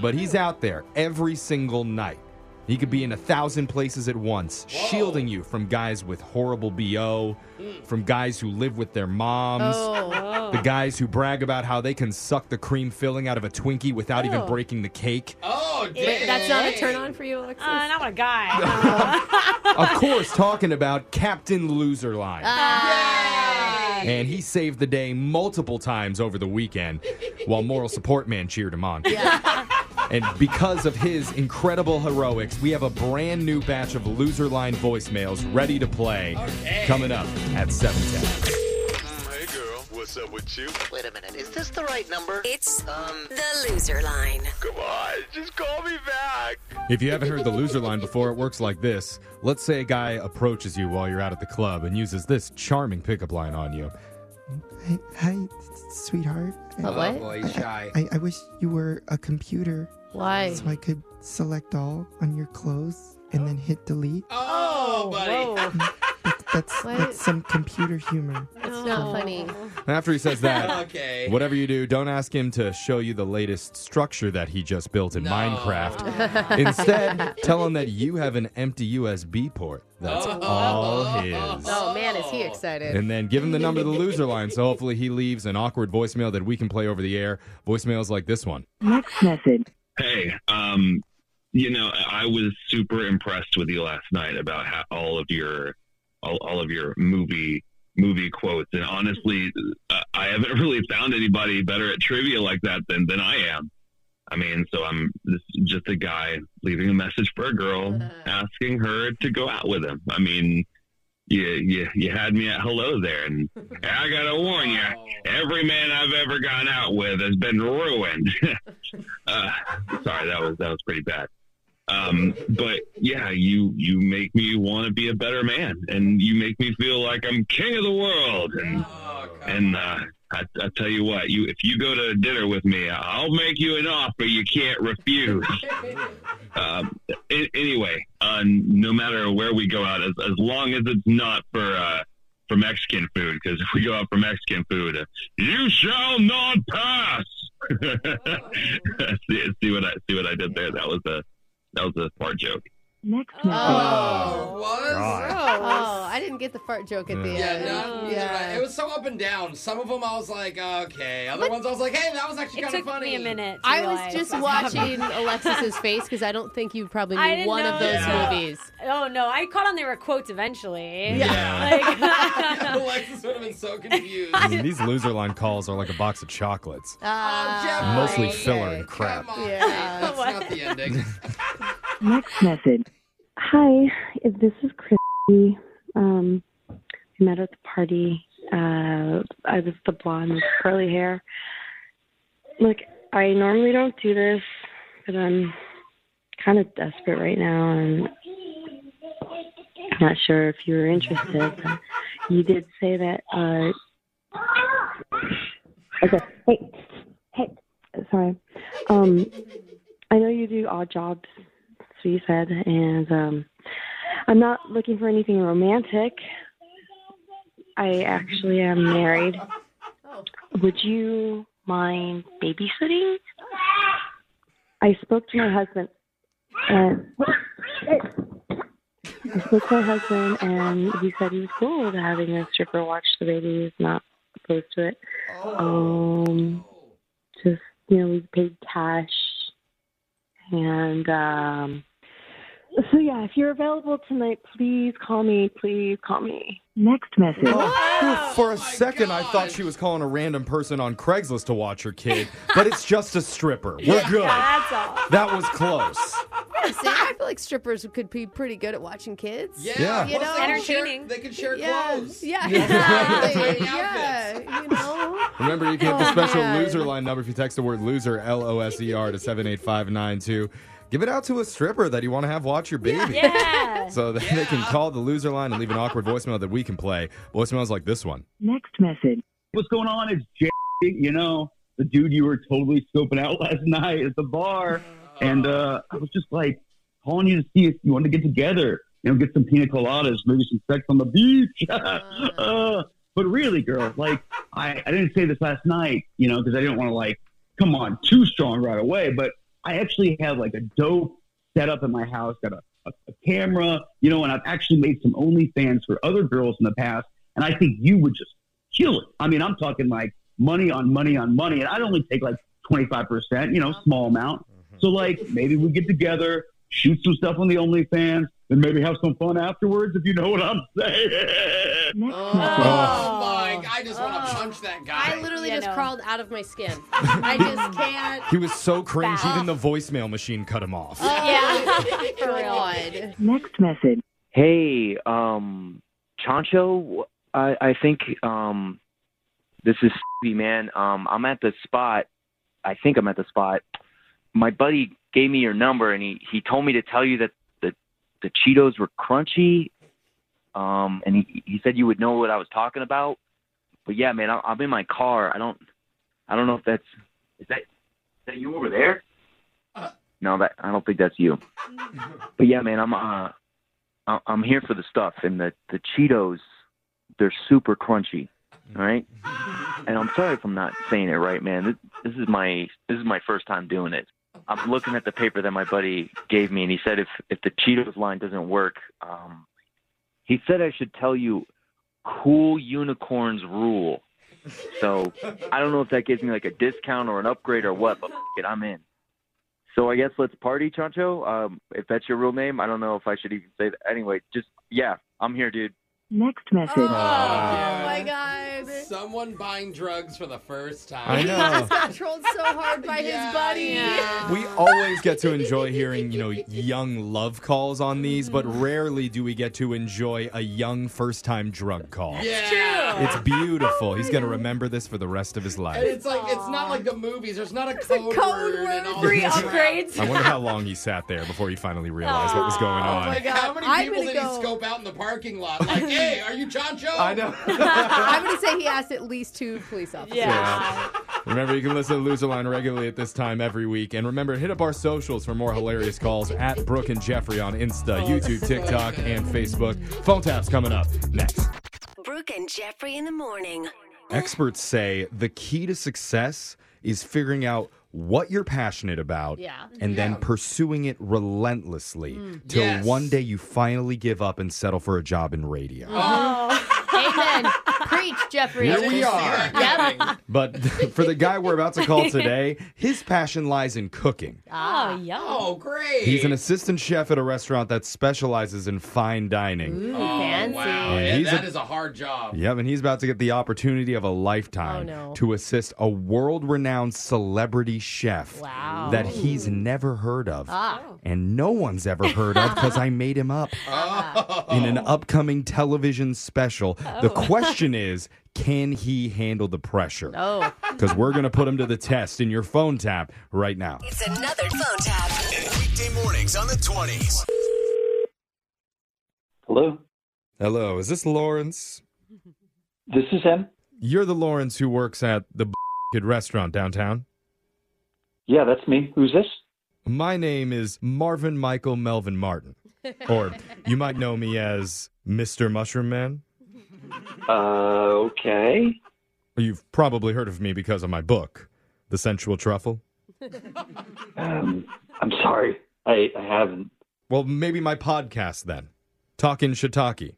But he's out there every single night. He could be in a thousand places at once, shielding you from guys with horrible BO, from guys who live with their moms,
Hmm. Oh,
the guys who brag about how they can suck the cream filling out of a Twinkie without even
Ew.
breaking the cake.
Oh,
wait,
dang.
that's not a turn on for you, Alexis.
Uh, not what a guy.
of course, talking about Captain Loser Line.
Uh,
Yay!
And he saved the day multiple times over the weekend while Moral Support Man cheered him on. And because of his incredible heroics, we have a brand new batch of loser line voicemails ready to play coming up at 710.
Hey girl, what's up with you?
Wait a minute. Is this the right number? It's
Um,
the loser line.
come on, just call me back.
If you haven't heard the loser line before, it works like this. Let's say a guy approaches you while you're out at the club and uses this charming pickup line on you.
Hi, hi sweetheart.
A
Oh
what?
boy, he's shy.
I, I wish you were a computer
Why?
so I could select all on your clothes and then hit delete.
Oh, buddy.
Whoa.
That's,
What?
that's some computer humor.
It's not funny.
After he says that,
Okay.
Whatever you do, don't ask him to show you the latest structure that he just built in
No.
Minecraft. Instead, tell him that you have an empty USB port. That's
Oh.
all
Oh.
his.
Oh man, is he
Oh.
excited?
And then give him the number of the loser line so hopefully he leaves an awkward voicemail that we can play over the air. Voicemails like this one.
Next message.
Hey, um, you know, I was super impressed with you last night about how all of your, all, all of your movie movie quotes, and honestly, uh, I haven't really found anybody better at trivia like that than than I am. I mean, so I'm this is just a guy leaving a message for a girl, asking her to go out with him. I mean, you you, you had me at hello there, and I gotta warn you, every man I've ever gone out with has been ruined. uh, sorry, that was that was pretty bad. Um, but yeah, you you make me want to be a better man, and you make me feel like I'm king of the world. And
Oh, God.
and uh, I, I tell you what, you if you go to dinner with me, I'll make you an offer you can't refuse. um, a- anyway, uh, no matter where we go out, as, as long as it's not for uh, for Mexican food, because if we go out for Mexican food, uh, you shall not pass. see, see what I see what I did there? That was a that was a fart joke.
Next
Oh, was?
Oh, I didn't get the fart joke at the
Yeah.
Yeah,
end.
no, neither
Yeah.
did I. It was so up and down. Some of them I was like, okay. Other ones I was like, hey, that was actually
It
kind of
took
funny.
me a minute. to
I was
realize
just
what's
watching Alexis's face because I don't think you probably
I
knew
didn't
one of
know
those
that.
movies.
Oh no, I caught on they were quotes eventually.
Yeah.
Like,
Alexis would have been so confused.
I mean, these loser line calls are like a box of chocolates,
Jeff,
mostly
okay.
filler and crap.
Oh, Come on.
Yeah.
That's not the ending.
Next message.
Hi, this is Christy. Um, we met at the party. Uh, I was the blonde with curly hair. Look, I normally don't do this, but I'm kind of desperate right now, and I'm not sure if you were interested. But you did say that. Uh, okay, hey, hey, sorry. Um, I know you do odd jobs so you said, and um, I'm not looking for anything romantic. I actually am married. Would you mind babysitting? I spoke to my husband, and I spoke to my husband, and he said he was cool with having a stripper watch the baby. He's not opposed to it.
Oh.
Um, just you know, we paid cash. And um, so, yeah, if you're available tonight, please call me. Please call me.
Next message.
Oh
For a second, I thought she was calling a random person on Craigslist to watch her kid, but it's just a stripper. We're good.
that's all.
That was close.
See, I feel like strippers could be pretty good at watching kids.
Yeah.
Yeah.
You
plus
know,
they can share-
entertaining.
They can share
Yeah.
clothes.
Yeah.
Yeah.
Exactly. yeah. You know.
Remember, you get the
Oh,
special
man.
loser line number if you text the word loser, L O S E R, to 78592. Give it out to a stripper that you want to have watch your baby.
Yeah.
So that they can call the loser line and leave an awkward voicemail that we can play. Voicemails like this one.
Next message.
What's going on? It's Jay. You know, the dude you were totally scoping out last night at the bar. And uh, I was just like calling you to see if you wanted to get together, you know, get some pina coladas, maybe some sex on the beach. uh, but really, girl, like, I, I didn't say this last night, you know, because I didn't want to, like, come on too strong right away. But I actually have, like, a dope
set up in my house, got a, a, a camera, you know, and I've actually made some OnlyFans for other girls in the past. And I think you would just kill it. I mean, I'm talking like money on money on money. And I'd only take like 25%, you know, small amount. So, like, maybe we get together, shoot some stuff on the OnlyFans, and maybe have some fun afterwards, if you know what I'm saying.
Oh, Mike, I just want to punch that guy.
oh. I literally just crawled out of my skin. I just can't.
He was so cringe, even the voicemail machine cut him off.
Oh, yeah. God.
Next message. Hey, um, Chancho, I, I think um, this is Stevie, man. Um, I'm at the spot. I think I'm at the spot. My buddy gave me your number, and he, he told me to tell you that the the Cheetos were crunchy. Um, and he he said you would know what I was talking about. But yeah, man, I, I'm in my car. I don't I don't know if that's is that is that you over there? No, that I don't think that's you. But yeah, man, I'm uh, I- I'm here for the stuff and the the Cheetos, they're super crunchy, all right? And I'm sorry if I'm not saying it right, man. This, this is my this is my first time doing it. I'm looking at the paper that my buddy gave me, and he said if if the Cheetos line doesn't work, um, he said I should tell you, cool unicorns rule. So I don't know if that gives me like a discount or an upgrade or what, but f- it, I'm in. So I guess let's party, Chancho. Um, if that's your real name, I don't know if I should even say that. Anyway, just yeah, I'm here, dude.
Next message.
Oh my
god.
Someone buying drugs for the first time.
I know.
He's controlled so hard by his buddy.
We always get to enjoy hearing, you know, young love calls on these, but rarely do we get to enjoy a young first time drug call.
true.
It's beautiful. He's going to remember this for the rest of his
And
life.
it's like it's not like the movies. There's not a code, word, and all
free
this crap.
I wonder how long he sat there before he finally realized what was going
Oh my
on.
god! How many
I'm
people
gonna
did
go-
he scope out in the parking lot? Like, hey, are you Chancho?
I know.
I'm going to say he asked at least two police officers.
Yeah. Remember, you can listen to Loser Line regularly at this time every week. And remember, hit up our socials for more hilarious calls at Brooke and Jeffrey on Insta,
Oh,
YouTube, TikTok, and Facebook. Phone taps coming up next.
Brooke and Jeffrey in the morning.
Experts say the key to success is figuring out what you're passionate about
Yeah.
and then pursuing it relentlessly
Mm.
till
Yes.
one day you finally give up and settle for a job in radio.
Mm-hmm. Amen. Preach, Jeffrey.
Here we are.
Yep.
But for the guy we're about to call today, his passion lies in cooking.
Ah.
Oh, yum. Oh, great.
He's an assistant chef at a restaurant that specializes in fine dining.
Ooh,
fancy.
Oh, Wow.
And
Yeah,
he's
that
a-
is a hard job.
Yep, and he's about to get the opportunity of a lifetime
Oh, no.
to assist a world renowned celebrity chef
Wow.
that he's never heard of.
Ah.
And no one's ever heard of because I made him up in an upcoming television special. The
Oh.
question is can he handle the pressure?
No.
Because we're going to put him to the test in your phone tap right now.
It's another phone tap.
Weekday mornings on the 20s.
Hello. Hello. Is this Lawrence? This is him. You're the Lawrence who works at the Kid restaurant downtown. Yeah, that's me. Who's this? My name is Marvin Michael Melvin Martin, or you might know me as Mr. Mushroom Man. Uh, okay. You've probably heard of me because of my book, The Sensual Truffle. Um, I'm sorry, I, I haven't. Well, maybe my podcast then, Talkin' Shiitake.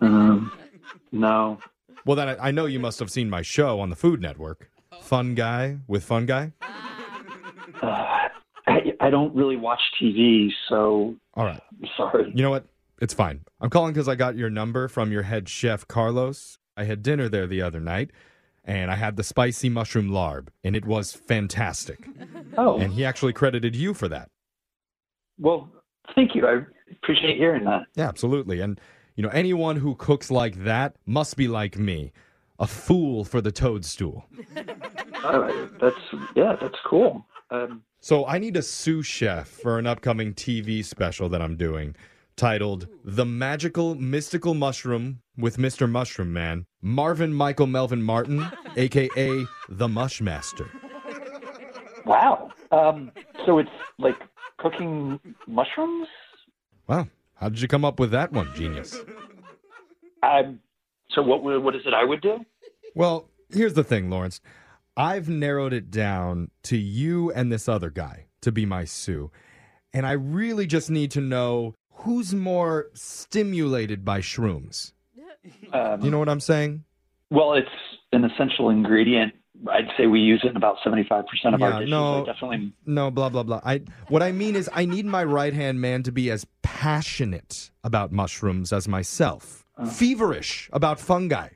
Um, no. Well, then I, I know you must have seen my show on the Food Network, Fun Guy with Fun Guy.
Uh, I, I don't really watch TV, so
All right.
sorry.
You know what? It's fine. I'm calling because I got your number from your head chef, Carlos. I had dinner there the other night, and I had the spicy mushroom larb, and it was fantastic.
Oh.
And he actually credited you for that.
Well, thank you. I appreciate hearing that.
Yeah, absolutely. And, you know, anyone who cooks like that must be like me a fool for the toadstool.
Uh, that's yeah, that's cool. Um,
So I need a sous chef for an upcoming TV special that I'm doing titled The Magical Mystical Mushroom with Mr. Mushroom Man, Marvin Michael Melvin Martin, aka The Mush Master.
wow. Um, so it's like cooking mushrooms.
Wow. How did you come up with that one, genius?
Um, so what would what is it I would do?
Well, here's the thing, Lawrence. I've narrowed it down to you and this other guy to be my sous. and I really just need to know who's more stimulated by shrooms.
Um,
You know what I'm saying?
Well, it's an essential ingredient. I'd say we use it in about 75% of
Yeah,
our dishes.
no.
I definitely.
No, blah blah blah. I what I mean is I need my right hand man to be as passionate about mushrooms as myself.
Uh.
Feverish about fungi.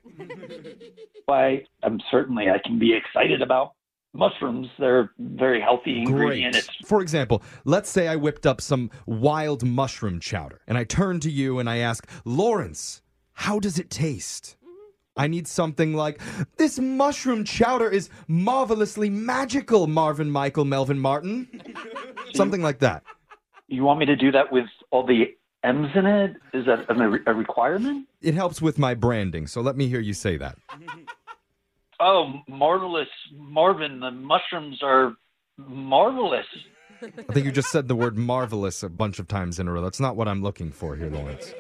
Why?
I'm
Certainly, I can be excited about mushrooms. They're a very healthy ingredient.
Great.
It's
For example, let's say I whipped up some wild mushroom chowder and I turn to you and I ask, Lawrence, how does it taste? I need something like, this mushroom chowder is marvelously magical, Marvin Michael Melvin Martin. something like that.
You want me to do that with all the M's in it? Is that a, a requirement?
It helps with my branding, so let me hear you say that.
Oh, marvelous, Marvin. The mushrooms are marvelous.
I think you just said the word marvelous a bunch of times in a row. That's not what I'm looking for here, Lawrence.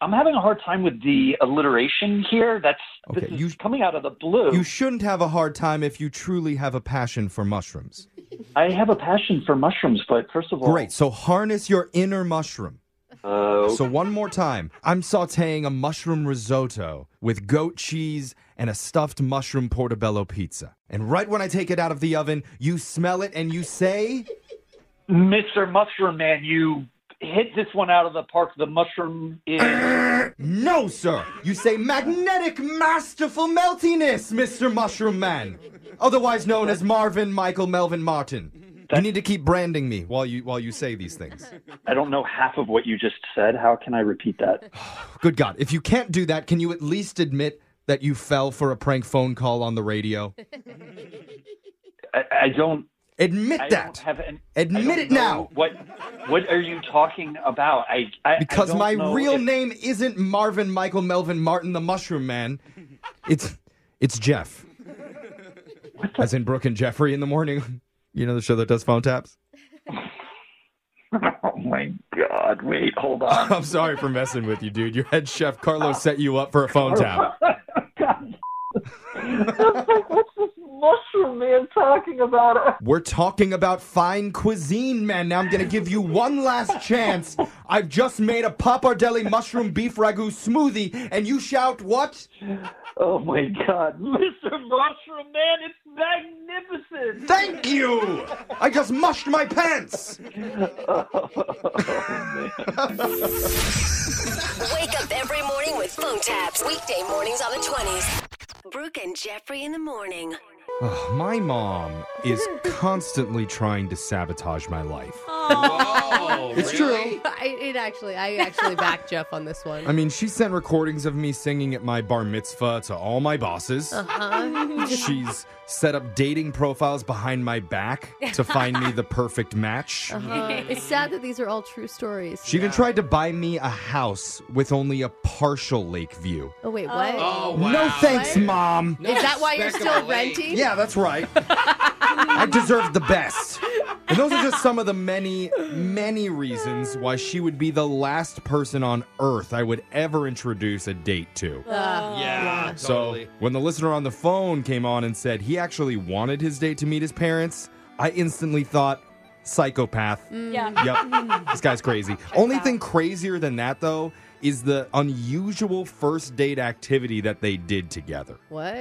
I'm having a hard time with the alliteration here. That's
Okay,
this is coming out of the blue.
You shouldn't have a hard time if you truly have a passion for mushrooms.
I have a passion for mushrooms, but first of all,
Great. So harness your inner mushroom.
Oh.
So one more time, I'm sautéing a mushroom risotto with goat cheese and a stuffed mushroom portobello pizza. And right when I take it out of the oven, you smell it and you say,
Mr. Mushroom Man, you hit this one out of the park. The mushroom is.
"No, sir." You say magnetic masterful meltiness, Mr. Mushroom Man, otherwise known as Marvin Michael Melvin Martin. You need to keep branding me while you while you say these things.
I don't know half of what you just said. How can I repeat that?
Good God. If you can't do that, can you at least admit that you fell for a prank phone call on the radio?
I, I don't.
Admit
I
that.
Don't have an,
Admit
I don't
it
know
now.
What What are you talking about? I, I I
Because
don't
my
know
real
if-
name isn't Marvin Michael Melvin Martin the Mushroom Man. It's it's Jeff. As in Brooke and Jeffrey in the morning. You know the show that does phone taps?
Oh my God! Wait, hold on.
I'm sorry for messing with you, dude. Your head chef
Uh,
Carlos set you up for a phone tap.
What's this mushroom man talking about?
We're talking about fine cuisine, man. Now I'm going to give you one last chance. I've just made a pappardelle mushroom beef ragu smoothie, and you shout, What?
Oh my god, Mr. Mushroom Man, it's magnificent!
Thank you! I just mushed my pants!
Wake up every morning with phone taps. Weekday mornings on the 20s. Brooke and Jeffrey in the morning.
Ugh, Oh, my mom is constantly trying to sabotage my life. It's really?
I, it actually, I actually backed Jeff on this one.
I mean, she sent recordings of me singing at my bar mitzvah to all my bosses.
uh-huh.
She's set up dating profiles behind my back to find me the perfect match.
Uh-huh. It's sad that these are all true stories.
She even tried to buy me a house with only a partial lake view.
Oh wait, what?
No thanks,
What?
Mom.
Is that why you're still renting?
Yeah, that's right. I deserve the best. And those are just some of the many, many reasons why she would be the last person on earth I would ever introduce a date
Uh,
to.
yeah,
So when the listener on the phone came on and said he actually wanted his date to meet his parents, I instantly thought, psychopath.
Mm.
Yep. this guy's crazy. Only thing crazier than that, though, is the unusual first date activity that they did together.
What?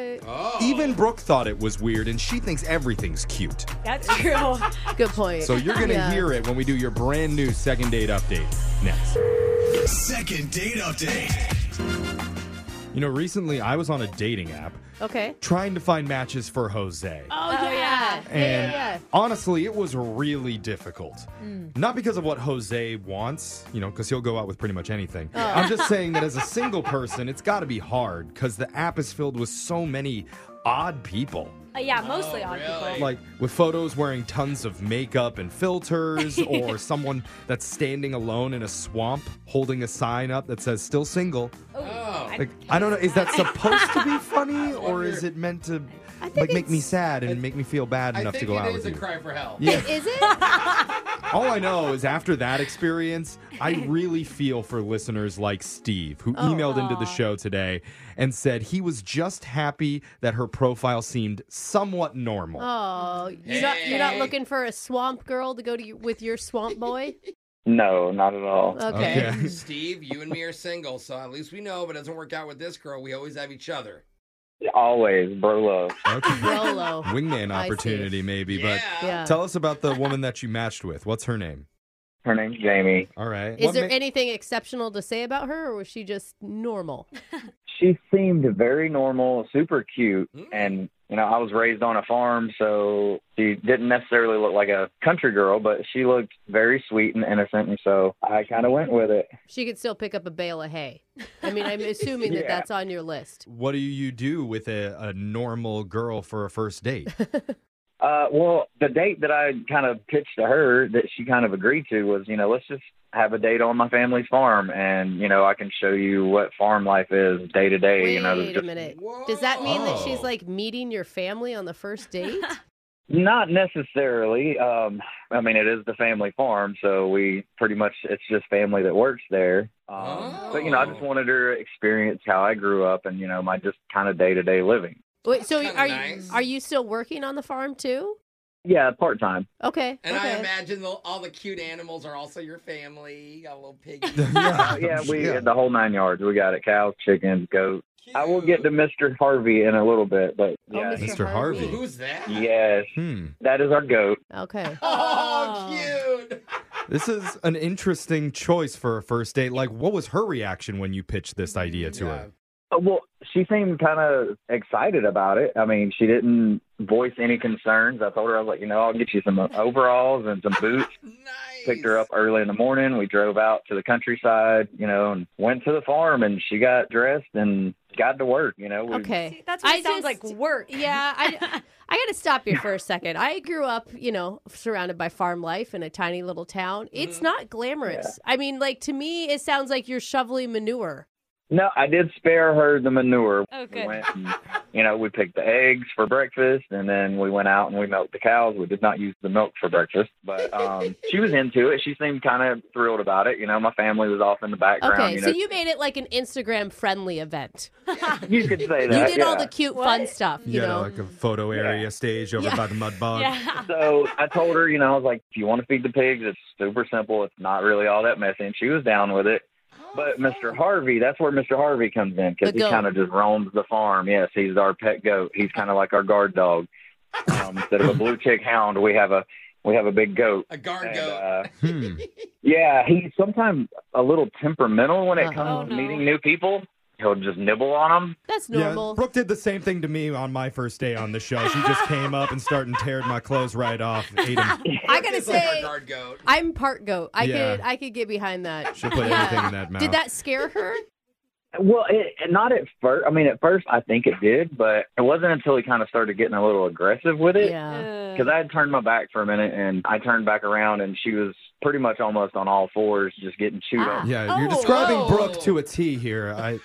Even Brooke thought it was weird, and she thinks everything's cute.
That's true. Good point.
So you're going to hear it when we do your brand new second date update next.
Second date update.
You know, recently I was on a dating app
Okay.
trying to find matches for Jose.
Oh, yeah. Yeah,
And
yeah,
honestly, it was really difficult.
yeah. Mm.
Not because of what Jose wants, you know, because he'll go out with pretty much anything.
Oh.
I'm just saying that as a single person, it's got to be hard because the app is filled with so many odd people.
Uh, yeah,
Oh,
mostly on people.
Like with photos wearing tons of makeup and filters, or someone that's standing alone in a swamp holding a sign up that says still single.
Oh.
Like, I don't know, is that supposed to be funny or is it meant to like make me sad and make me feel bad
I
enough to
think
go
it
out with
is a
you?
cry for help.
Yeah.
Is it?
All I know is after that experience, I really feel for listeners like Steve, who emailed into the show today and said he was just happy that her profile seemed somewhat normal.
Oh, you're not, you're not looking for a swamp girl to go to your, with your swamp boy?
No, not at all.
Okay.
Steve, you and me are single, so at least we know if it doesn't work out with this girl, we always have each other.
Always, bro love.
Rolo.
Wingman
I see.
opportunity, maybe. But
Yeah.
tell us about the woman that you matched with. What's her name?
Her name's Jamie.
All right.
Is
What
there
ma-
anything exceptional to say about her, or was she just normal?
She seemed very normal, super cute, and you know I was raised on a farm, so she didn't necessarily look like a country girl, but she looked very sweet and innocent, and so I kind of went with it.
She could still pick up a bale of hay. I mean, I'm assuming that
Yeah.
that's on your list.
what do you do with a, a normal girl for a first date?
Uh, well, the date that I kind of pitched to her that she kind of agreed to was, you know, let's just have a date on my family's farm, and you know I can show you what farm life is day to day. You know, there's
Wait a
just
minute. Does that mean that she's like meeting your family on the first date?
Not necessarily. Um, I mean, it is the family farm, so we pretty much it's just family that works there. Um, But you know, I
Oh.
just wanted her to experience how I grew up and you know my just kind of day to day living.
Wait, so are you, are you still working on the farm too?
Yeah, part time.
Okay.
And I
okay.
imagine the, all the cute animals are also your family. You got a little piggy.
Uh, yeah, we the whole nine yards. We got it: cows, chickens, goats. I will get to Mr. Harvey in a little bit, but yeah,
Mr. Mr. Oh, Harvey. Harvey.
Who's that?
Yes, that is our goat.
Okay.
Oh, cute.
this is an interesting choice for a first date. Like, what was her reaction when you pitched this idea to her?
Uh, Well, she seemed kind of excited about it. I mean, she didn't voice any concerns. I told her, I was like, you know, I'll get you some uh, overalls and some boots. Picked her up early in the morning. We drove out to the countryside, you know, and went to the farm and she got dressed and got to work, you know. We-
Okay.
That's what
I
it sounds
just-
like work.
Yeah, I, I got to stop you for a second. I grew up, you know, surrounded by farm life in a tiny little town.
Mm-hmm.
It's not glamorous. I mean, like to me, it sounds like you're shoveling manure.
No, I did spare her the manure.
Oh,
We
good.
went and, you know, we picked the eggs for breakfast, and then we went out and we milked the cows. We did not use the milk for breakfast, but um, she was into it. She seemed kind of thrilled about it. You know, my family was off in the background.
Okay,
you know,
so you made it like an Instagram friendly event.
you could say
You
that.
did all
yeah.
the cute, fun stuff, you
yeah,
know.
like a photo area stage over
Yeah.
by the mud bog.
So I told her, you know, I was like, if you want to feed the pigs, it's super simple. It's not really all that messy. And she was down with it.
Uh,
But Mr. Harvey, that's where Mr. Harvey comes in
The
because he
goat.
kind of just roams the farm. Yes, he's our pet goat. He's kind of like our guard dog. Um, instead of a blue chick hound, we have a we have a big goat.
A guard
goat. yeah, he's sometimes a little temperamental when it
Uh-huh.
comes to meeting new people. He'll just nibble on them.
Oh, That's
normal. Brooke did the same thing to me on my first day on the show. She just came up and started and teared my clothes right off. Ate 'em.
I gotta
It's like our
say,
guard goat.
I'm part goat. I
Yeah.
could I could get behind that.
She'll put
Yeah.
anything in that mouth.
Did that scare her?
Well, it, not at first. I mean, at first, I think it did, but it wasn't until he kind of started getting a little aggressive with it.
Yeah.
Because I had turned my back for a minute, and I turned back around, and she was pretty much almost on all fours, just getting chewed on.
Oh.
Yeah, you're describing Brooke to a T here. I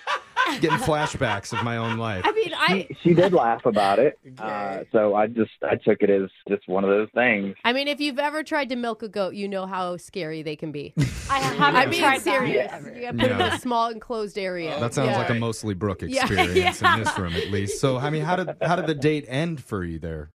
getting flashbacks of my own life.
I mean, I
She did laugh about it, uh, so I just I took it as just one of those things.
I mean, if you've ever tried to milk a goat, you know how scary they can be. I
haven't
I'm being
tried that
serious.
ever.
You gotta put them in
No.
a small enclosed area.
That sounds
Yeah.
like a mostly Brooke
Yeah.
experience
Yeah.
in this room, at least. So, I mean, how did how did the date end for you there?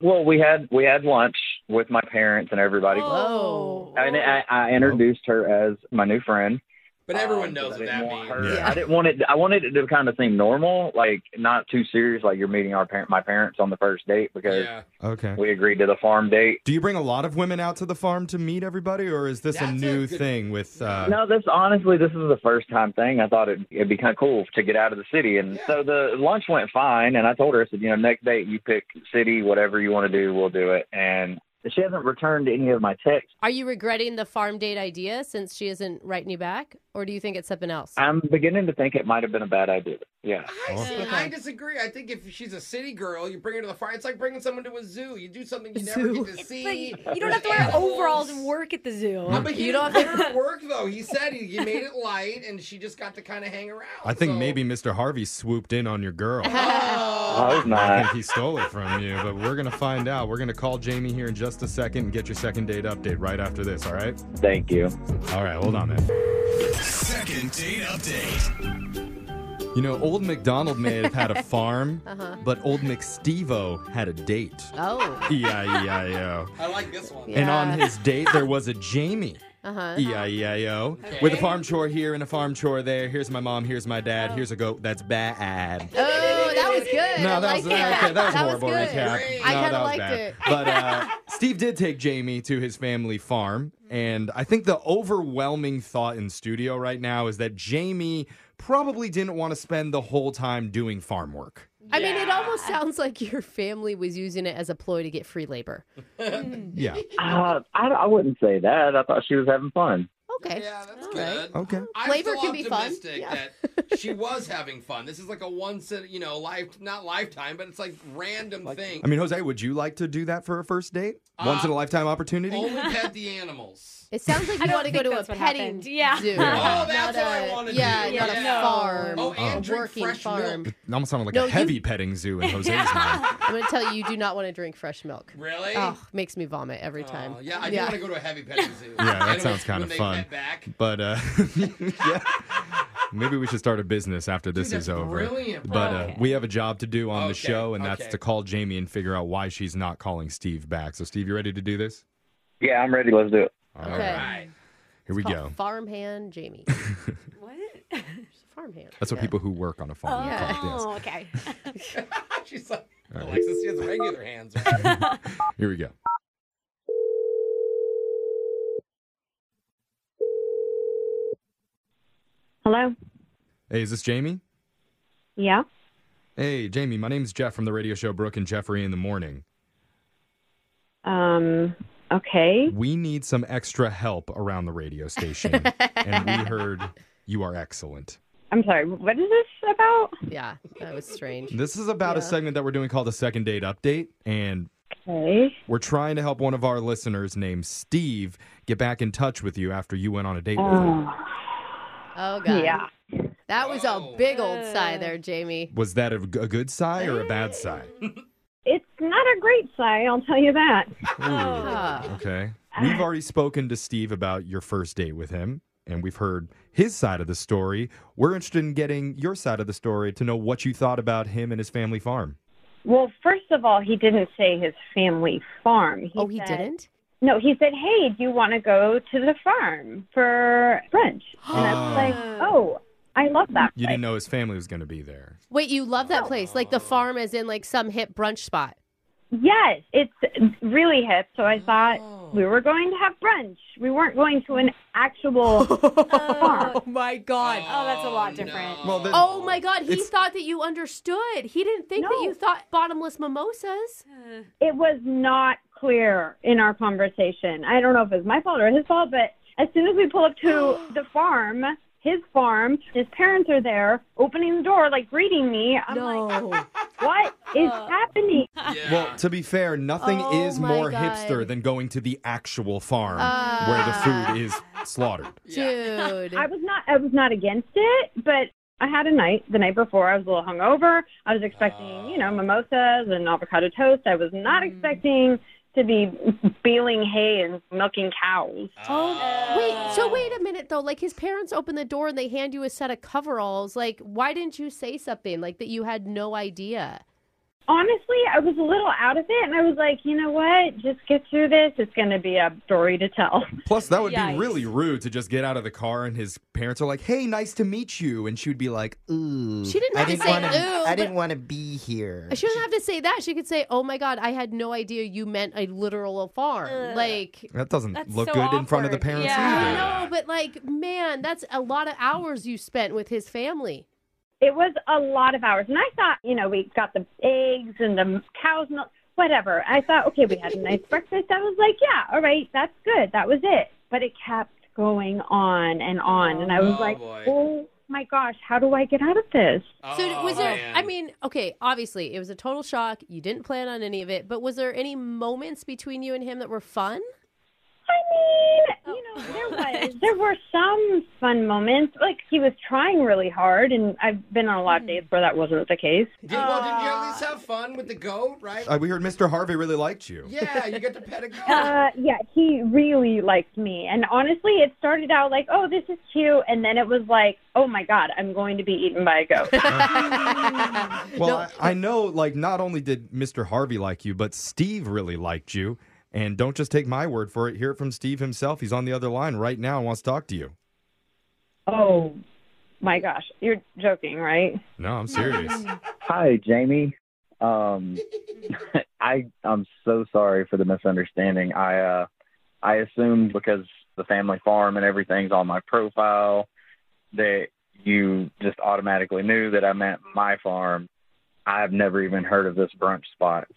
Well, we had we had lunch with my parents and everybody,
Oh.
and I, I introduced her as my new friend.
But everyone knows what
Oh,
that means.
her. I didn't want it. I wanted it to kind of seem normal, like not too serious, like you're meeting our parent, my parents on the first date because
Okay.
we agreed to the farm date.
Do you bring a lot of women out to the farm to meet everybody, or is this a new thing with? Uh,
no, this honestly, this is the first time thing. I thought it, it'd be kind of cool to get out of the city, and so the lunch went fine. And I told her, I said, you know, next date you pick city, whatever you want to do, we'll do it. And she hasn't returned any of my texts.
Are you regretting the farm date idea since she isn't writing you back, or do you think it's something else?
I'm beginning to think it might have been a bad idea. Yeah.
See,
Oh.
I disagree. I think if she's a city girl, you bring her to the farm. It's like bringing someone to a zoo. You do something you never get to see.
Like, you don't have to wear overalls and work at the zoo.
But he
you
don't
don't
have to work though. He said he, he made it light, and she just got to kind of hang around.
Oh,
I think maybe Mr. Harvey swooped in on your girl.
I
Oh.
was
I
not.
think he stole it from you, but we're gonna find out. We're gonna call Jamie here in just a second and get your second date update right after this. All right?
Thank you.
All right, hold on then.
Second date update.
You know, old McDonald may have had a farm,
Uh-huh.
but old McStevo had a date. E
Oh.
E-I-E-I-O.
I like this one.
And on his date, there was a Jamie. E
Uh-huh.
E-I-E-I-O.
Okay.
With a farm chore here and a farm chore there. Here's my mom. Here's my dad. Here's a goat. That's bad.
Oh, that was good. I
No, that
like
was,
it.
okay, that was a horrible
good.
recap. No,
I kind
that
of
was
liked
bad.
it.
But uh, Steve did take Jamie to his family farm, and I think the overwhelming thought in studio right now is that Jamie probably didn't want to spend the whole time doing farm work.
I mean, it almost sounds like your family was using it as a ploy to get free labor.
Yeah.
Uh, I, I wouldn't say that. I thought she was having fun.
Okay.
Yeah, that's good.
Okay.
I'm
Flavor
still
can be fun.
optimistic that she was having fun. This is like a once in you know life, not lifetime, but it's like random thing.
I mean, Jose, would you like to do that for a first date? Once in a lifetime opportunity?
Uh, Only pet the animals.
It sounds like
I
you
don't
want to go
think
to a
that's what
petting
happened. Yeah.
zoo.
Yeah. Oh,
that's
not
what I
a-
wanna do.
yeah, not a
Yeah.
farm.
Oh, and
a
drink
working
fresh
farm.
It almost sounded like
No,
a
you-
heavy petting zoo in Jose's mind.
I'm going to tell you, you do not want to drink fresh milk.
Really?
Oh, makes me vomit every time.
Oh, yeah, I do want to go to a heavy petting zoo.
Yeah, that
Animals,
sounds kind
when
of
they
fun.
pet back.
But uh, yeah, maybe we should start a business after this
Dude,
is
that's
over.
brilliant,
But uh,
bro.
we have a job to do on the
Okay,
show, and
okay.
that's to call Jamie and figure out why she's not calling Steve back. So, Steve, you ready to do this?
Yeah, I'm ready. Let's do it.
All
Okay.
Here we go.
Farmhand Jamie. what? Farmhand.
That's what people who work on a farm would call it, yes.
Oh, okay.
Oh, She's like,
All right.
Alexis, she has regular hands.
Here we go.
Hello?
Hey, is this Jamie?
Yeah?
Hey, Jamie, my name's Jeff from the radio show Brooke and Jeffrey in the Morning.
Um, okay.
We need some extra help around the radio station, and we heard you are excellent.
I'm sorry. What is this about?
Yeah, that was strange.
This is about a segment that we're doing called a second date update, and
Okay.
we're trying to help one of our listeners named Steve get back in touch with you after you went on a date with him.
Oh, God.
Uh, Yeah.
That was a big old
Oh.
sigh there, Jamie.
Was that a, g- a good sigh or a bad sigh?
It's not a great sigh, I'll tell you that.
Ooh, okay. We've already spoken to Steve about your first date with him, and we've heard his side of the story. We're interested in getting your side of the story to know what you thought about him and his family farm.
Well, first of all, he didn't say his family farm. He oh, he
didn't?
No, he said, hey, do you want to go to the farm for brunch? And I was like, oh, I love that.
You didn't know his family was going to be there.
Wait, you love that place? Like the farm as in like some hip brunch spot.
Yes, it's really hip. So I thought we were going to have brunch. We weren't going to an actual farm.
Oh my god.
Oh, that's a lot different.
Well, then-
Oh my god, he
It's-
thought that you understood. He didn't think that you thought bottomless mimosas.
It was not clear in our conversation. I don't know if it was my fault or his fault, but as soon as we pull up to the farm, his farm, his parents are there opening the door, like greeting me. I'm like, what is happening?
Well, to be fair, nothing
Oh
is
my
more
God.
hipster than going to the actual farm
Ah.
Uh.
where the food is slaughtered.
Dude.
I was not I was not against it, but I had a night the night before. I was a little hungover. I was expecting, you know, mimosas and avocado toast. I was not expecting to be baling hay and milking cows.
Oh, wait. So wait a minute though. Like his parents open the door and they hand you a set of coveralls. Like why didn't you say something like that you had no idea?
Honestly, I was a little out of it and I was like, you know what? Just get through this. It's going to be a story to tell.
Plus, that would
Yikes.
be really rude to just get out of the car and his parents are like, "Hey, nice to meet you," and she would be like, "Ooh,
She didn't have to say ooh,
I
but-
didn't want to be here.
She doesn't have to say that. She could say, "Oh my God, I had no idea you meant a literal farm." Like
That doesn't
That's
look
so
good in front of the
awkward.
parents
I
either.
know, but like, man, that's a lot of hours you spent with his family.
It was a lot of hours. And I thought, you know, we got the eggs and the cow's milk, whatever. I thought, okay, we had a nice breakfast. I was like, yeah, all right, that's good. That was it. But it kept going on and on. And I was
Oh,
like,
boy.
oh my gosh, how do I get out of this?
so
Oh,
was there? I mean, okay, obviously it was a total shock. You didn't plan on any of it, but was there any moments between you and him that were fun?
I mean, you know, There was there were some fun moments. Like he was trying really hard, and I've been on a
Mm-hmm.
lot of dates where that wasn't the case.
Did, well, did you at least
Uh.
have fun with the goat, right?
Uh, we heard Mr. Harvey really liked you.
yeah, you get to pet a goat.
Uh, yeah, he really liked me, and honestly, it started out like, "Oh, this is cute," and then it was like, "Oh my god, I'm going to be eaten by a goat."
Well, I, I know, like, not only did Mr. Harvey like you, but Steve really liked you. And don't just take my word for it. Hear it from Steve himself. He's on the other line right now and wants to talk to you.
oh my gosh, you're joking, right?
No, I'm serious.
Hi, Jamie. Um, I I'm so sorry for the misunderstanding. I uh, I assumed because the family farm and everything's on my profile that you just automatically knew that I meant my farm. I've never even heard of this brunch spot.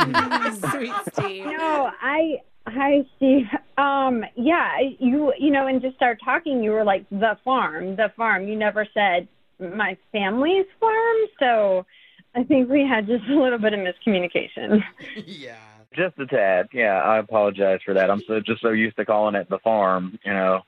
Sweet Steve.
No, I hi Steve. Um, yeah, I- you you know, and just start talking. You were like the farm, the farm. You never said my family's farm, so I think we had just a little bit of miscommunication.
Just a tad, yeah. I apologize for that. I'm so just so used to calling it the farm, you know.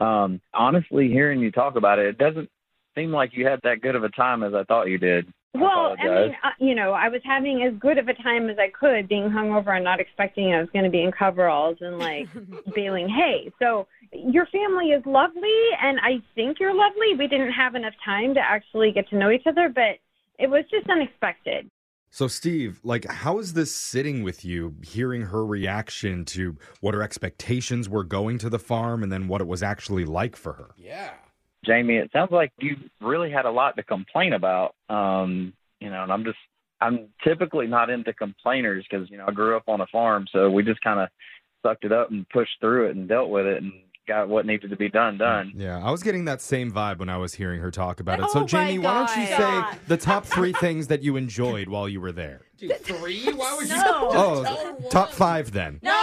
Um, honestly, hearing you talk about it, it doesn't seem like you had that good of a time as I thought you did.
Well, I
apologize.
mean, uh, you know, I was having as good of a time as I could being hungover and not expecting I was going to be in coveralls and like baling hay. So your family is lovely, and I think you're lovely. We didn't have enough time to actually get to know each other, but it was just unexpected.
So, Steve, like, how is this sitting with you, hearing her reaction to what her expectations were going to the farm and then what it was actually like for her?
Yeah.
Jamie, it sounds like you really had a lot to complain about. Um, you know, and I'm just I'm typically not into complainers because you know I grew up on a farm, so we just kind of sucked it up and pushed through it and dealt with it and got what needed to be done done.
Yeah, I was getting that same vibe when I was hearing her talk about it.
Oh
So,
my
Jamie, why don't you say
God.
the top three things that you enjoyed while you were there?
Dude, three? Why would you?
Oh, top five then.
No!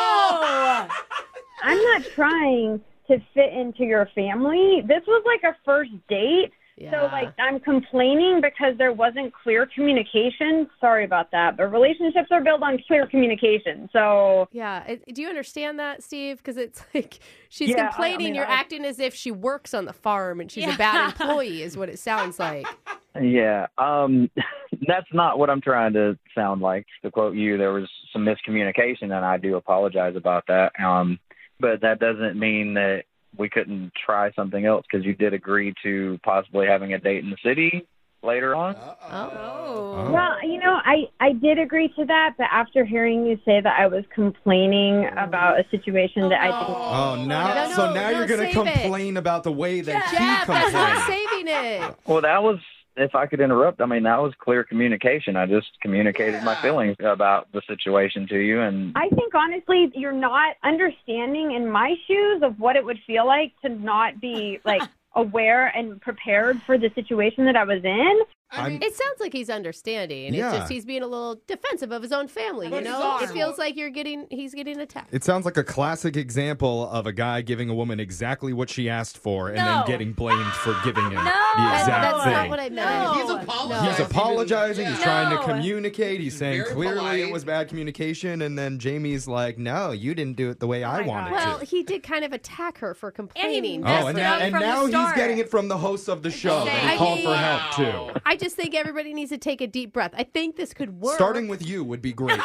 I'm not trying to fit into your family. This was like a first date. So, like, I'm complaining because there wasn't clear communication. Sorry about that. But relationships are built on clear communication. So,
Yeah. I- Do you understand that, Steve? Because it's like she's
Yeah, I- I
complaining.
mean,
you're
I-
acting as if she works on the farm and she's a bad employee, is what it sounds like.
Yeah, um, that's not what I'm trying to sound like. To quote you, there was some miscommunication, and I do apologize about that. Um, but that doesn't mean that we couldn't try something else because you did agree to possibly having a date in the city later on.
Oh.
well, you know, I, I did agree to that. But after hearing you say that I was complaining about a situation that I didn't
Oh, now
No, no,
so now
no,
you're gonna
save it.
complain about the way that
Jeff,
he
that's
complained.
not saving it.
Well, that was, if I could interrupt, I mean, that was clear communication. I just communicated my feelings about the situation to you, and
I think honestly, you're not understanding in my shoes of what it would feel like to not be like aware and prepared for the situation that I was in.
it sounds like he's understanding. It's
Yeah.
just he's being a little defensive of his own family. You
But it's
know,
hard.
it feels like you're getting he's getting attacked.
It sounds like a classic example of a guy giving a woman exactly what she asked for and
No.
then getting blamed for giving him the
That-
exact
that's
thing.
not what I meant.
He's apologizing.
He's apologizing. He's
Yeah.
trying
No.
to communicate. He's saying
very
clearly
polite.
it was bad communication. And then Jamie's like, no, you didn't do it the way I wanted
Oh Well,
to.
he did kind of attack her for complaining.
oh, and, now- and now he's getting it from the hosts of the show. And
I
he called for
mean-
help, too.
I just think everybody needs to take a deep breath. I think this could work.
Starting with you would be great.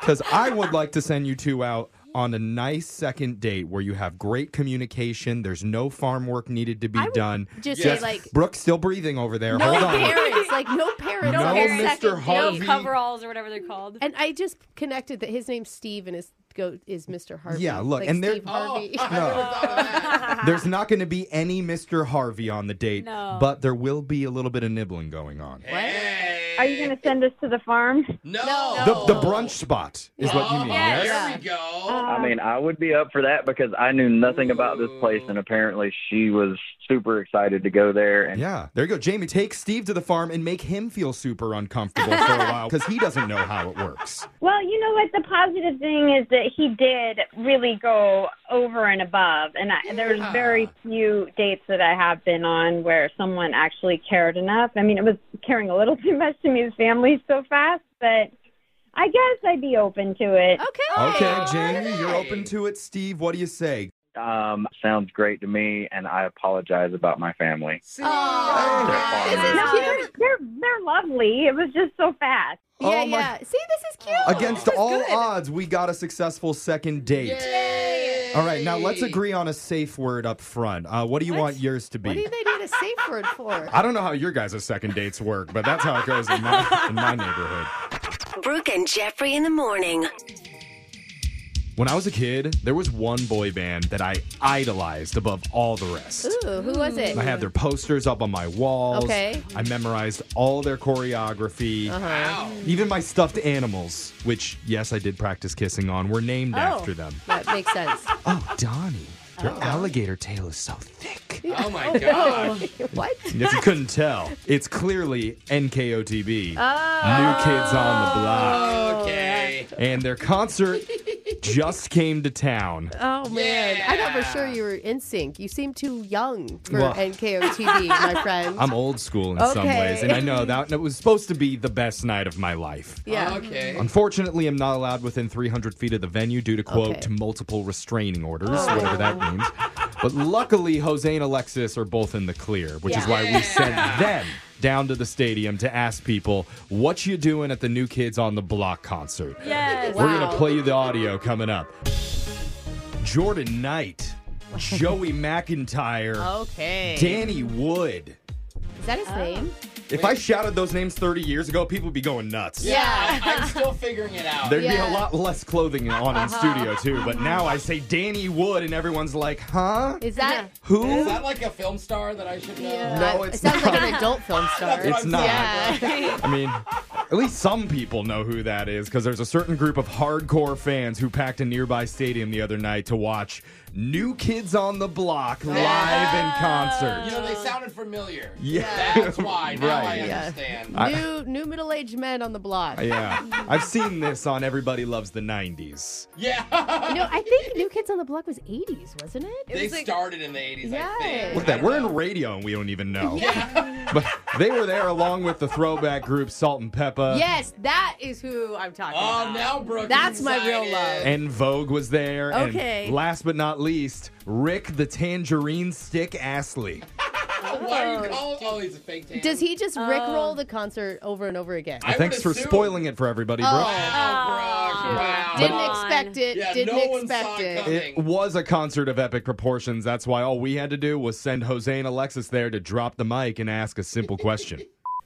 Because I would like to send you two out on a nice second date where you have great communication. There's no farm work needed to be done.
just say, like-
Brooke's still breathing over there.
no
Hold on.
parents, like no parents.
No
on the
Mr.
second date.
Harvey. No
coveralls or whatever they're called.
And I just connected that his name's Steve and his goat is Mr. Harvey.
Yeah, look,
like
and they're-
Steve Harvey.
There's not going to be any Mr. Harvey on the date,
No.
but there will be a little bit of nibbling going on.
Are you going to send us to the farm?
No.
The, the brunch spot is what you mean,
There
yes?
we go.
Oh. Um,
I mean, I would be up for that because I knew nothing about this place, and apparently she was super excited to go there. And
Yeah, there you go. Jamie, take Steve to the farm and make him feel super uncomfortable for a while because he doesn't know how it works.
Well, you know what? The positive thing is that he did really go over and above, and I, there's
Yeah.
very few dates that I have been on where someone actually cared enough. I mean, it was caring a little too much to meet his family so fast, but I guess I'd be open to it.
Okay.
Okay, Jamie, you're open to it. Steve, what do you say?
Um, sounds great to me, and I apologize about my family.
No, they're, they're, they're lovely. It was just so fast.
Yeah, Oh, my- yeah.
See, this is cute.
Against all odds, we got a successful second date. All right, now let's agree on a safe word up front. Uh, what do you want yours to be?
What do they need a safe word for?
I don't know how your guys' second dates work, but that's how it goes in my, in my neighborhood.
Brooke and Jeffrey in the morning.
When I was a kid, there was one boy band that I idolized above all the rest.
Ooh, who was it?
I had their posters up on my walls.
Okay.
I memorized all their choreography.
Uh-huh. Wow.
Even my stuffed animals, which, yes, I did practice kissing on, were named
Oh.
after them.
That makes sense.
Oh, Donnie, your
Oh.
alligator tail is so thick.
Oh my
no.
God.
what?
And if you couldn't tell, it's clearly NKOTB.
Oh.
New Kids on the Block.
Okay.
And their concert just came to town.
Oh man, I thought for sure you were in sync. You seem too young for
Well-
NKOTB, my friend.
I'm old school in some
Okay.
ways, and I know that it was supposed to be the best night of my life.
yeah.
Okay.
Unfortunately, I'm not allowed within 300 feet of the venue due to quote
Okay.
multiple restraining orders,
Oh.
whatever that means. But luckily, Jose and Alexis are both in the clear, which is
Yeah.
why we sent them down to the stadium to ask people what you doing at the New Kids on the Block concert.
Yes.
We're gonna play you the audio coming up. Jordan Knight, Joey McIntyre,
Okay.
Danny Wood.
Is that his name?
If I shouted those names 30 years ago, people would be going nuts.
Yeah, I- I'm still figuring it out.
There'd be a lot less clothing on
Uh-huh.
in studio, too. But now I say Danny Wood, and everyone's like, huh?
Is that
Who?
Is that like a film star that I should know?
No, it's
it sounds
not.
like an adult film star.
It's not.
Yeah.
I mean, at least some people know who that is because there's a certain group of hardcore fans who packed a nearby stadium the other night to watch New Kids on the Block live in
You
concert.
know, they sounded familiar.
Yeah.
That's why. Now I
Right. Yeah.
understand.
I-
new new middle aged men on the block.
Yeah. I've seen this on Everybody Loves the 90s.
Yeah.
no, I think New Kids on the Block was 80s, wasn't it?
They started in the 80s, I think.
Look at that. We're in radio and we don't even know. But they were there along with the throwback group Salt and Peppa.
yes, that is who I'm talking
Oh,
about.
now Brooke is
That's my real
excited.
love.
And Vogue was there.
Okay.
And last but not least, Rick the Tangerine Stick Astley.
Why are you calling? Oh, he's a fake tan.
Does he just rickroll the concert over and over again?
Thanks for spoiling it for everybody,
Oh.
bro.
Wow.
Didn't expect it.
Yeah,
didn't
no one
expect
saw
it.
It was a concert of epic proportions. That's why all we had to do was send Jose and Alexis there to drop the mic and ask a simple question.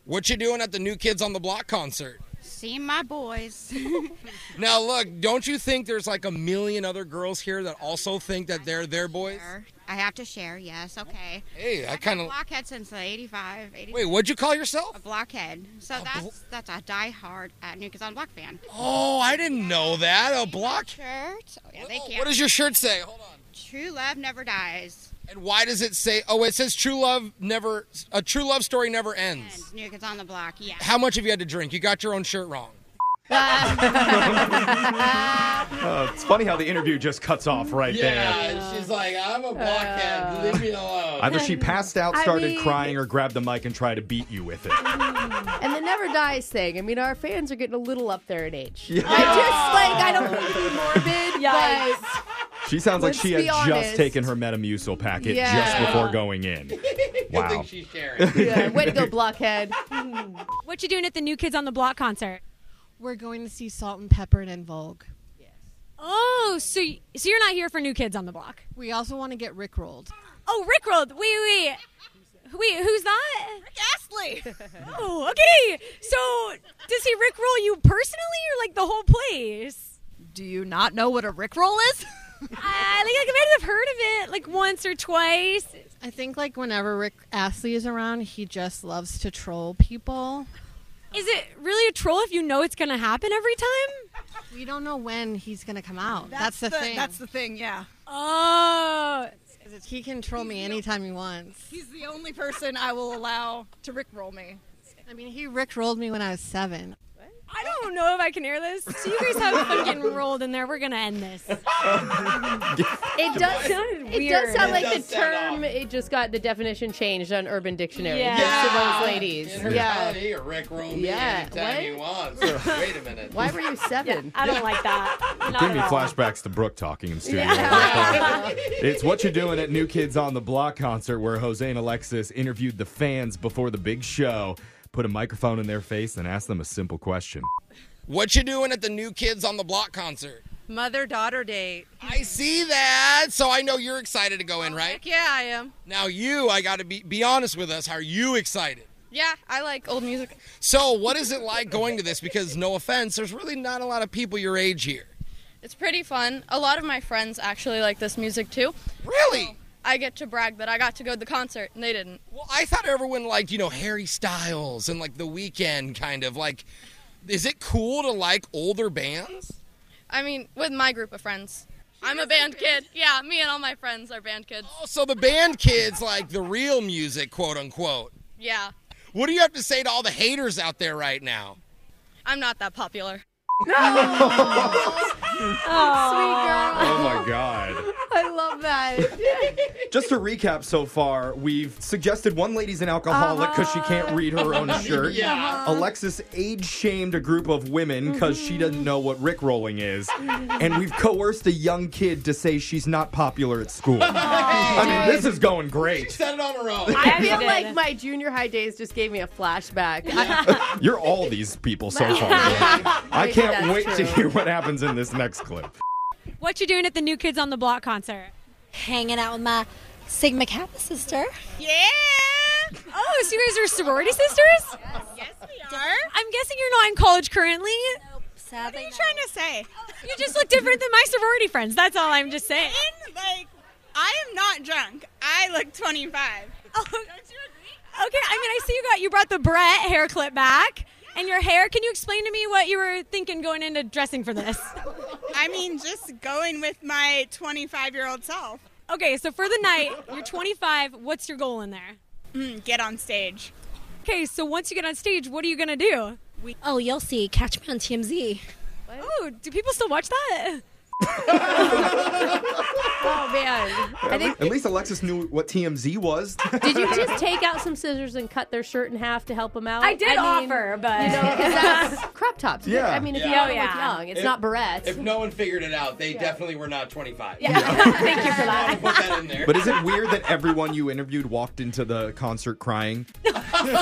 What you doing at the New Kids on the Block concert?
See my boys.
Now, look, don't you think there's like a million other girls here that also think that they're their boys?
I have to share, yes, okay.
Hey, I
I've
kinda-
been blockhead since the 85, 80.
Wait, what'd you call yourself?
A blockhead. So that's that's a diehard at New Kids on the Block fan.
Oh, I didn't know that. A block.
Shirt. Oh, yeah, they can't.
What does your shirt say? Hold on.
True love never dies.
And why does it say? Oh, it says true love never. A true love story never ends.
New Kids on the Block, yeah.
How much have you had to drink? You got your own shirt wrong.
Uh, it's funny how the interview just cuts off right there.
she's like, I'm a blockhead. Leave me alone.
Either she passed out,
I
started
mean-
crying, or grabbed the mic and tried to beat you with it.
And the never dies thing. I mean, our fans are getting a little up there in age. I just like I don't want to be morbid,
She sounds like
Let's
she
be
had
honest.
just taken her Metamucil packet
Yeah.
just before going in. Wow.
sharing.
but way to go, blockhead.
What you doing at the New Kids on the Block concert? We're going to see Salt and Pepper and Vogue. Oh, so y- so you're not here for New Kids on the Block? We also want to get rickrolled. Oh, rickrolled! Wait, wait, wait. Who's that? Rick Astley. oh, okay. So does he rickroll you personally, or like the whole place? Do you not know what a rickroll is? I think I might have heard of it like once or twice.
I think like whenever Rick Astley is around, he just loves to troll people.
Is it really a troll if you know it's gonna happen every time?
We don't know when he's gonna come out. That's,
That's
the,
the-
thing.
that's
the thing. Yeah.
Oh.
He can troll me anytime he wants.
He's the only person I will allow to rickroll me.
I mean, he rickrolled me when I was seven.
I don't
don't know if I can air this. So you guys have fun getting rolled in there. We're gonna end this.
It does.
sounded
It
weird.
does sound
It
like
does
the
sound
term. It just got the definition changed on Urban Dictionary.
Yeah.
Thanks to those ladies.
In her
yeah.
belly, or Rick roll me
Yeah,
anytime
what?
he wants. Wait a minute.
Why were you seven?
I don't like that. Not
Give me
at all.
flashbacks to Brooke talking in studio.
Yeah.
It's what you're doing at New Kids on the Block concert, where Jose and Alexis interviewed the fans before the big show, put a microphone in their face, and asked them a simple question.
What you doing at the New Kids on the Block concert?
Mother daughter date.
I see that. So I know you're excited to go in, right?
Yeah, I uh, am.
Now you, I gotta be be honest with us. Are you excited?
Yeah, I like old music.
So what is it like going to this? Because no offense, there's really not a lot of people your age here.
It's pretty fun. A lot of my friends actually like this music too.
Really?
I get to brag that I got to go to the concert and they didn't.
Well, I thought everyone liked, you know, Harry Styles and like The Weeknd, kind of like. Is it cool to like older bands?
I mean, with my group of friends. I'm a band kid. Yeah, me and all my friends are band kids.
Oh, So the band kids like the real music, quote unquote.
Yeah,
What do you have to say to all the haters out there right now?
I'm not that popular.
Oh my God.
I love that.
Just to recap so far, we've suggested one lady's an alcoholic because she can't read her own shirt.
Yeah. Uh-huh.
Alexis age shamed a group of women because she doesn't know what rickrolling is. And we've coerced a young kid to say she's not popular at school. I mean, this is going great.
Set it on her own.
I feel like my junior high days just gave me a flashback.
You're all these people so far. I can't wait to hear what happens in this next clip.
What you doing at the New Kids on the Block concert? Hanging out with my Sigma Kappa sister. Yeah. Oh, so you guys are sorority sisters? Yes, we are. I'm guessing you're not in college currently. Nope, sadly. What are you trying to say? You just look different than my sorority friends. That's all I'm just saying.
Like, I am not drunk. I look 25.
Oh, don't you agree? Okay, I mean, I see you got you brought the Brett hair clip back and your hair. Can you explain to me what you were thinking going into dressing for this?
I mean, just going with my 25 year old self.
Okay, so for the night, you're 25. What's your goal in there?
Mm, get on stage.
Okay, so once you get on stage, what are you gonna do? oh, you'll see. Catch me on TMZ. Oh, do people still watch that?
oh man! I
At,
think,
le- at least Alexis knew what TMZ was.
did you just take out some scissors and cut their shirt in half to help them out?
I did
mean,
offer, but-
you know, 'cause that's crop tops.
Yeah.
I mean, if
Yeah.
you
Oh,
are
yeah.
young, it's
If-
not barrettes.
If no one figured it out, they definitely were not 25. Yeah.
Thank you for that.
Put that in there.
But is it weird that everyone you interviewed walked into the concert crying? with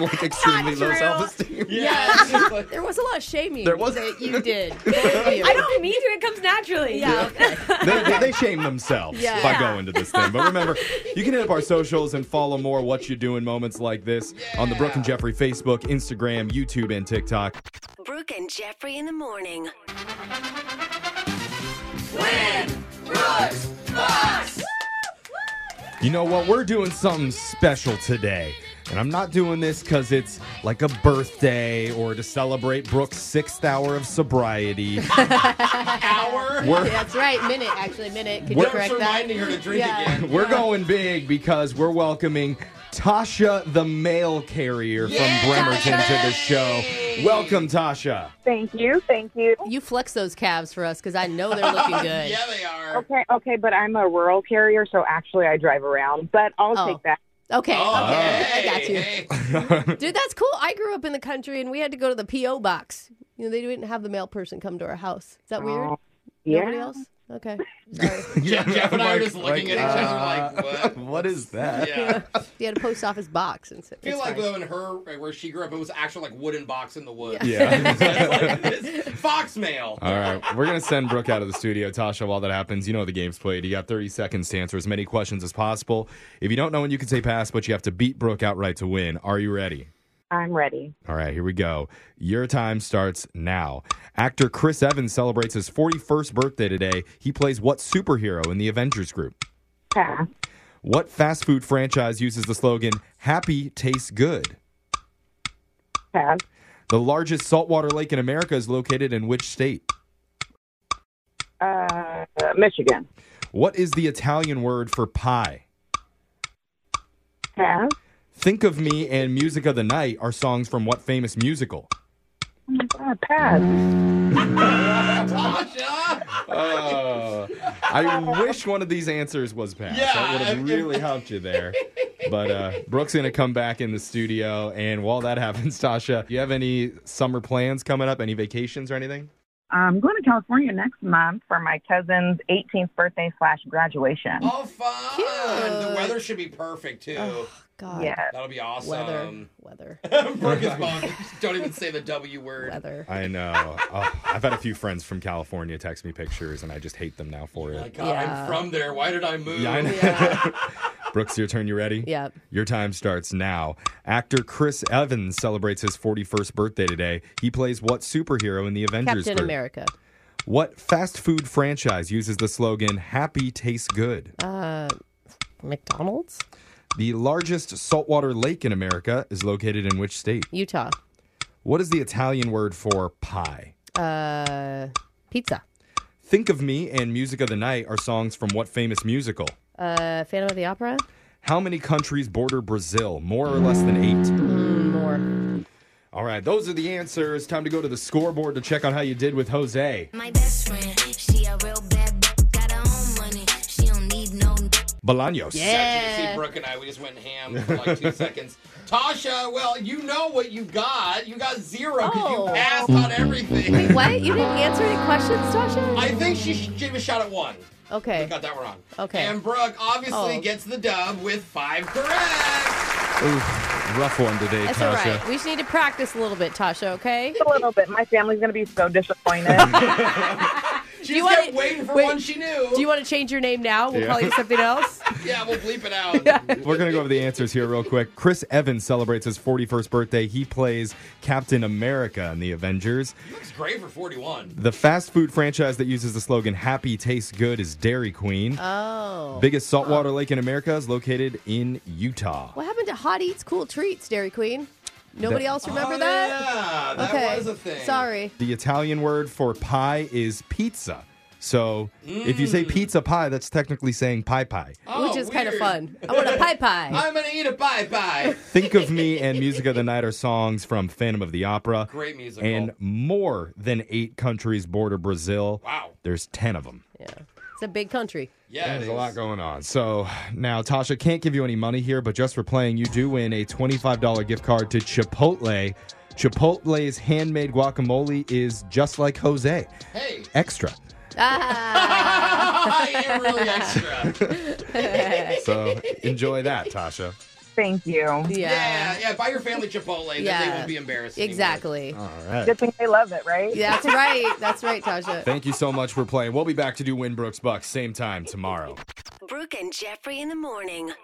like extremely low
true.
self-esteem.
there was a lot of shaming.
There was-
that you did.
I don't mean to. It comes naturally.
Yeah.
they, they, they shame themselves
Yeah.
by going to this thing. But remember, you can hit up our socials and follow more what you do in moments like this on the Brooke and Jeffrey Facebook, Instagram, YouTube, and TikTok.
Brooke and Jeffrey in the morning.
You know what? We're doing something special today. And I'm not doing this because it's like a birthday or to celebrate Brooke's sixth hour of sobriety.
Hour.
We're-
That's right. Minute, actually, minute. Could you
We're-
correct that?
reminding
her to drink
yeah.
We're going big because we're welcoming Tasha the mail carrier from Bremerton to the show. Welcome, Tasha.
Thank you. Thank you. You flex those calves for us because I know they're looking good. yeah,
they are.
Okay, okay, but I'm a rural carrier, so actually I drive around. But I'll
Oh.
take that.
Okay,
Oh,
okay,
hey,
I got you. Dude, that's cool. I grew up in the country and we had to go to the P.O. box. You know, they didn't have the mail person come to our house. Is that weird?
Oh, yeah.
Nobody else? Okay.
Jeff,
and I are just looking at each other
like, uh, what? what is that?
Yeah.
you had a post office box. And so,
I feel
it's
like
fine.
though in her where she grew up, it was actual like wooden box in the woods.
Yeah.
Fox mail.
All right, we're gonna send Brooke out of the studio, Tasha. While that happens, you know the game's played. You got 30 seconds to answer as many questions as possible. If you don't know when you can say pass, but you have to beat Brooke outright to win. Are you ready?
I'm ready.
All right, here we go. Your time starts now. Actor Chris Evans celebrates his 41st birthday today. He plays what superhero in the Avengers group?
Pass.
What fast food franchise uses the slogan "Happy tastes good"?
Pass.
The largest saltwater lake in America is located in which state?
Uh, Michigan.
What is the Italian word for pie?
Pass.
Think of Me and Music of the Night are songs from what famous musical?
Oh my God, pass.
Oh, I wish one of these answers was passed. that would have really helped you there. But uh, Brooke's gonna come back in the studio, and while that happens, Tasha, do you have any summer plans coming up? Any vacations or anything?
I'm going to California next month for my cousin's 18th birthday slash graduation.
Oh, fun! The weather should be perfect too.
God. Yes.
that'll be awesome.
Weather, weather.
Brooke is bummed. Don't even say the W word.
Weather.
I know. Oh, I've had a few friends from California text me pictures, and I just hate them now for it.
My God, "Oh, I'm from there. Why did I move?
Yeah, I know. Brooks, your turn. You ready?
Yep.
Your time starts now. Actor Chris Evans celebrates his 41st birthday today. He plays what superhero in the Avengers?
Captain
group?
America.
What fast food franchise uses the slogan "Happy tastes good"?
Uh, McDonald's,
The largest saltwater lake in America is located in which state?
Utah.
What is the Italian word for pie?
Uh, pizza.
Think of Me and Music of the Night are songs from what famous musical?
Uh, Phantom of the Opera.
How many countries border Brazil? More or less than eight?
more.
All right, those are the answers. Time to go to the scoreboard to check on how you did with Jose.
My best friend, she a real bad b- got her own money. She don't need no.
Bolaños.
Section. See, Brooke and I, we just went ham for like two seconds. Tasha, well, you know what you got. You got zero because you passed on everything.
Wait, what? You didn't answer any questions, Tasha?
I think she sh- gave a shot at one.
Okay.
We got that wrong.
Okay.
And Brooke obviously
Oh.
gets the dub with five correct.
Oof, rough one today,
That's all
Tasha.
right. We just need to practice a little bit, Tasha. Okay.
Just a little bit. My family's going to be so disappointed.
She just kept waiting for one she knew.
Do you want to change your name now? We'll
Yeah.
call you something else.
yeah, we'll bleep it out.
We're going to go over the answers here real quick. Chris Evans celebrates his 41st birthday. He plays Captain America in the Avengers.
Looks great for 41.
The fast food franchise that uses the slogan happy tastes good is Dairy Queen.
Oh.
Biggest saltwater lake in America is located in Utah.
What happened to Hot Eats Cool Treats, Dairy Queen? Nobody
That-
else remember
Oh,
that?
yeah, that
okay.
was a thing.
Sorry.
The Italian word for pie is pizza. So if you say pizza pie, that's technically saying pie pie.
Which is kind of fun. I want a pie pie.
Oh, I'm going to eat a pie pie.
Think of Me and Music of the Night are songs from Phantom of the Opera.
Great musical.
And more than eight countries border Brazil.
Wow.
There's 10 of them. Yeah.
It's a big country.
Yeah,
There's a lot going on. So now Tasha can't give you any money here, but just for playing, you do win a $25 gift card to Chipotle. Chipotle's handmade guacamole is just like Jose.
Hey.
Extra.
Ah.
You're really extra.
So enjoy that, Tasha.
Thank you. Yeah.
Yeah, yeah. Buy your family Chipotle, then they won't be embarrassed. anymore.
Exactly.
All right.
Good thing they love it, right?
That's right. That's right, Tasha.
Thank you so much for playing. We'll be back to do Winbrooks Bucks same time tomorrow.
Brooke and Jeffrey in the morning.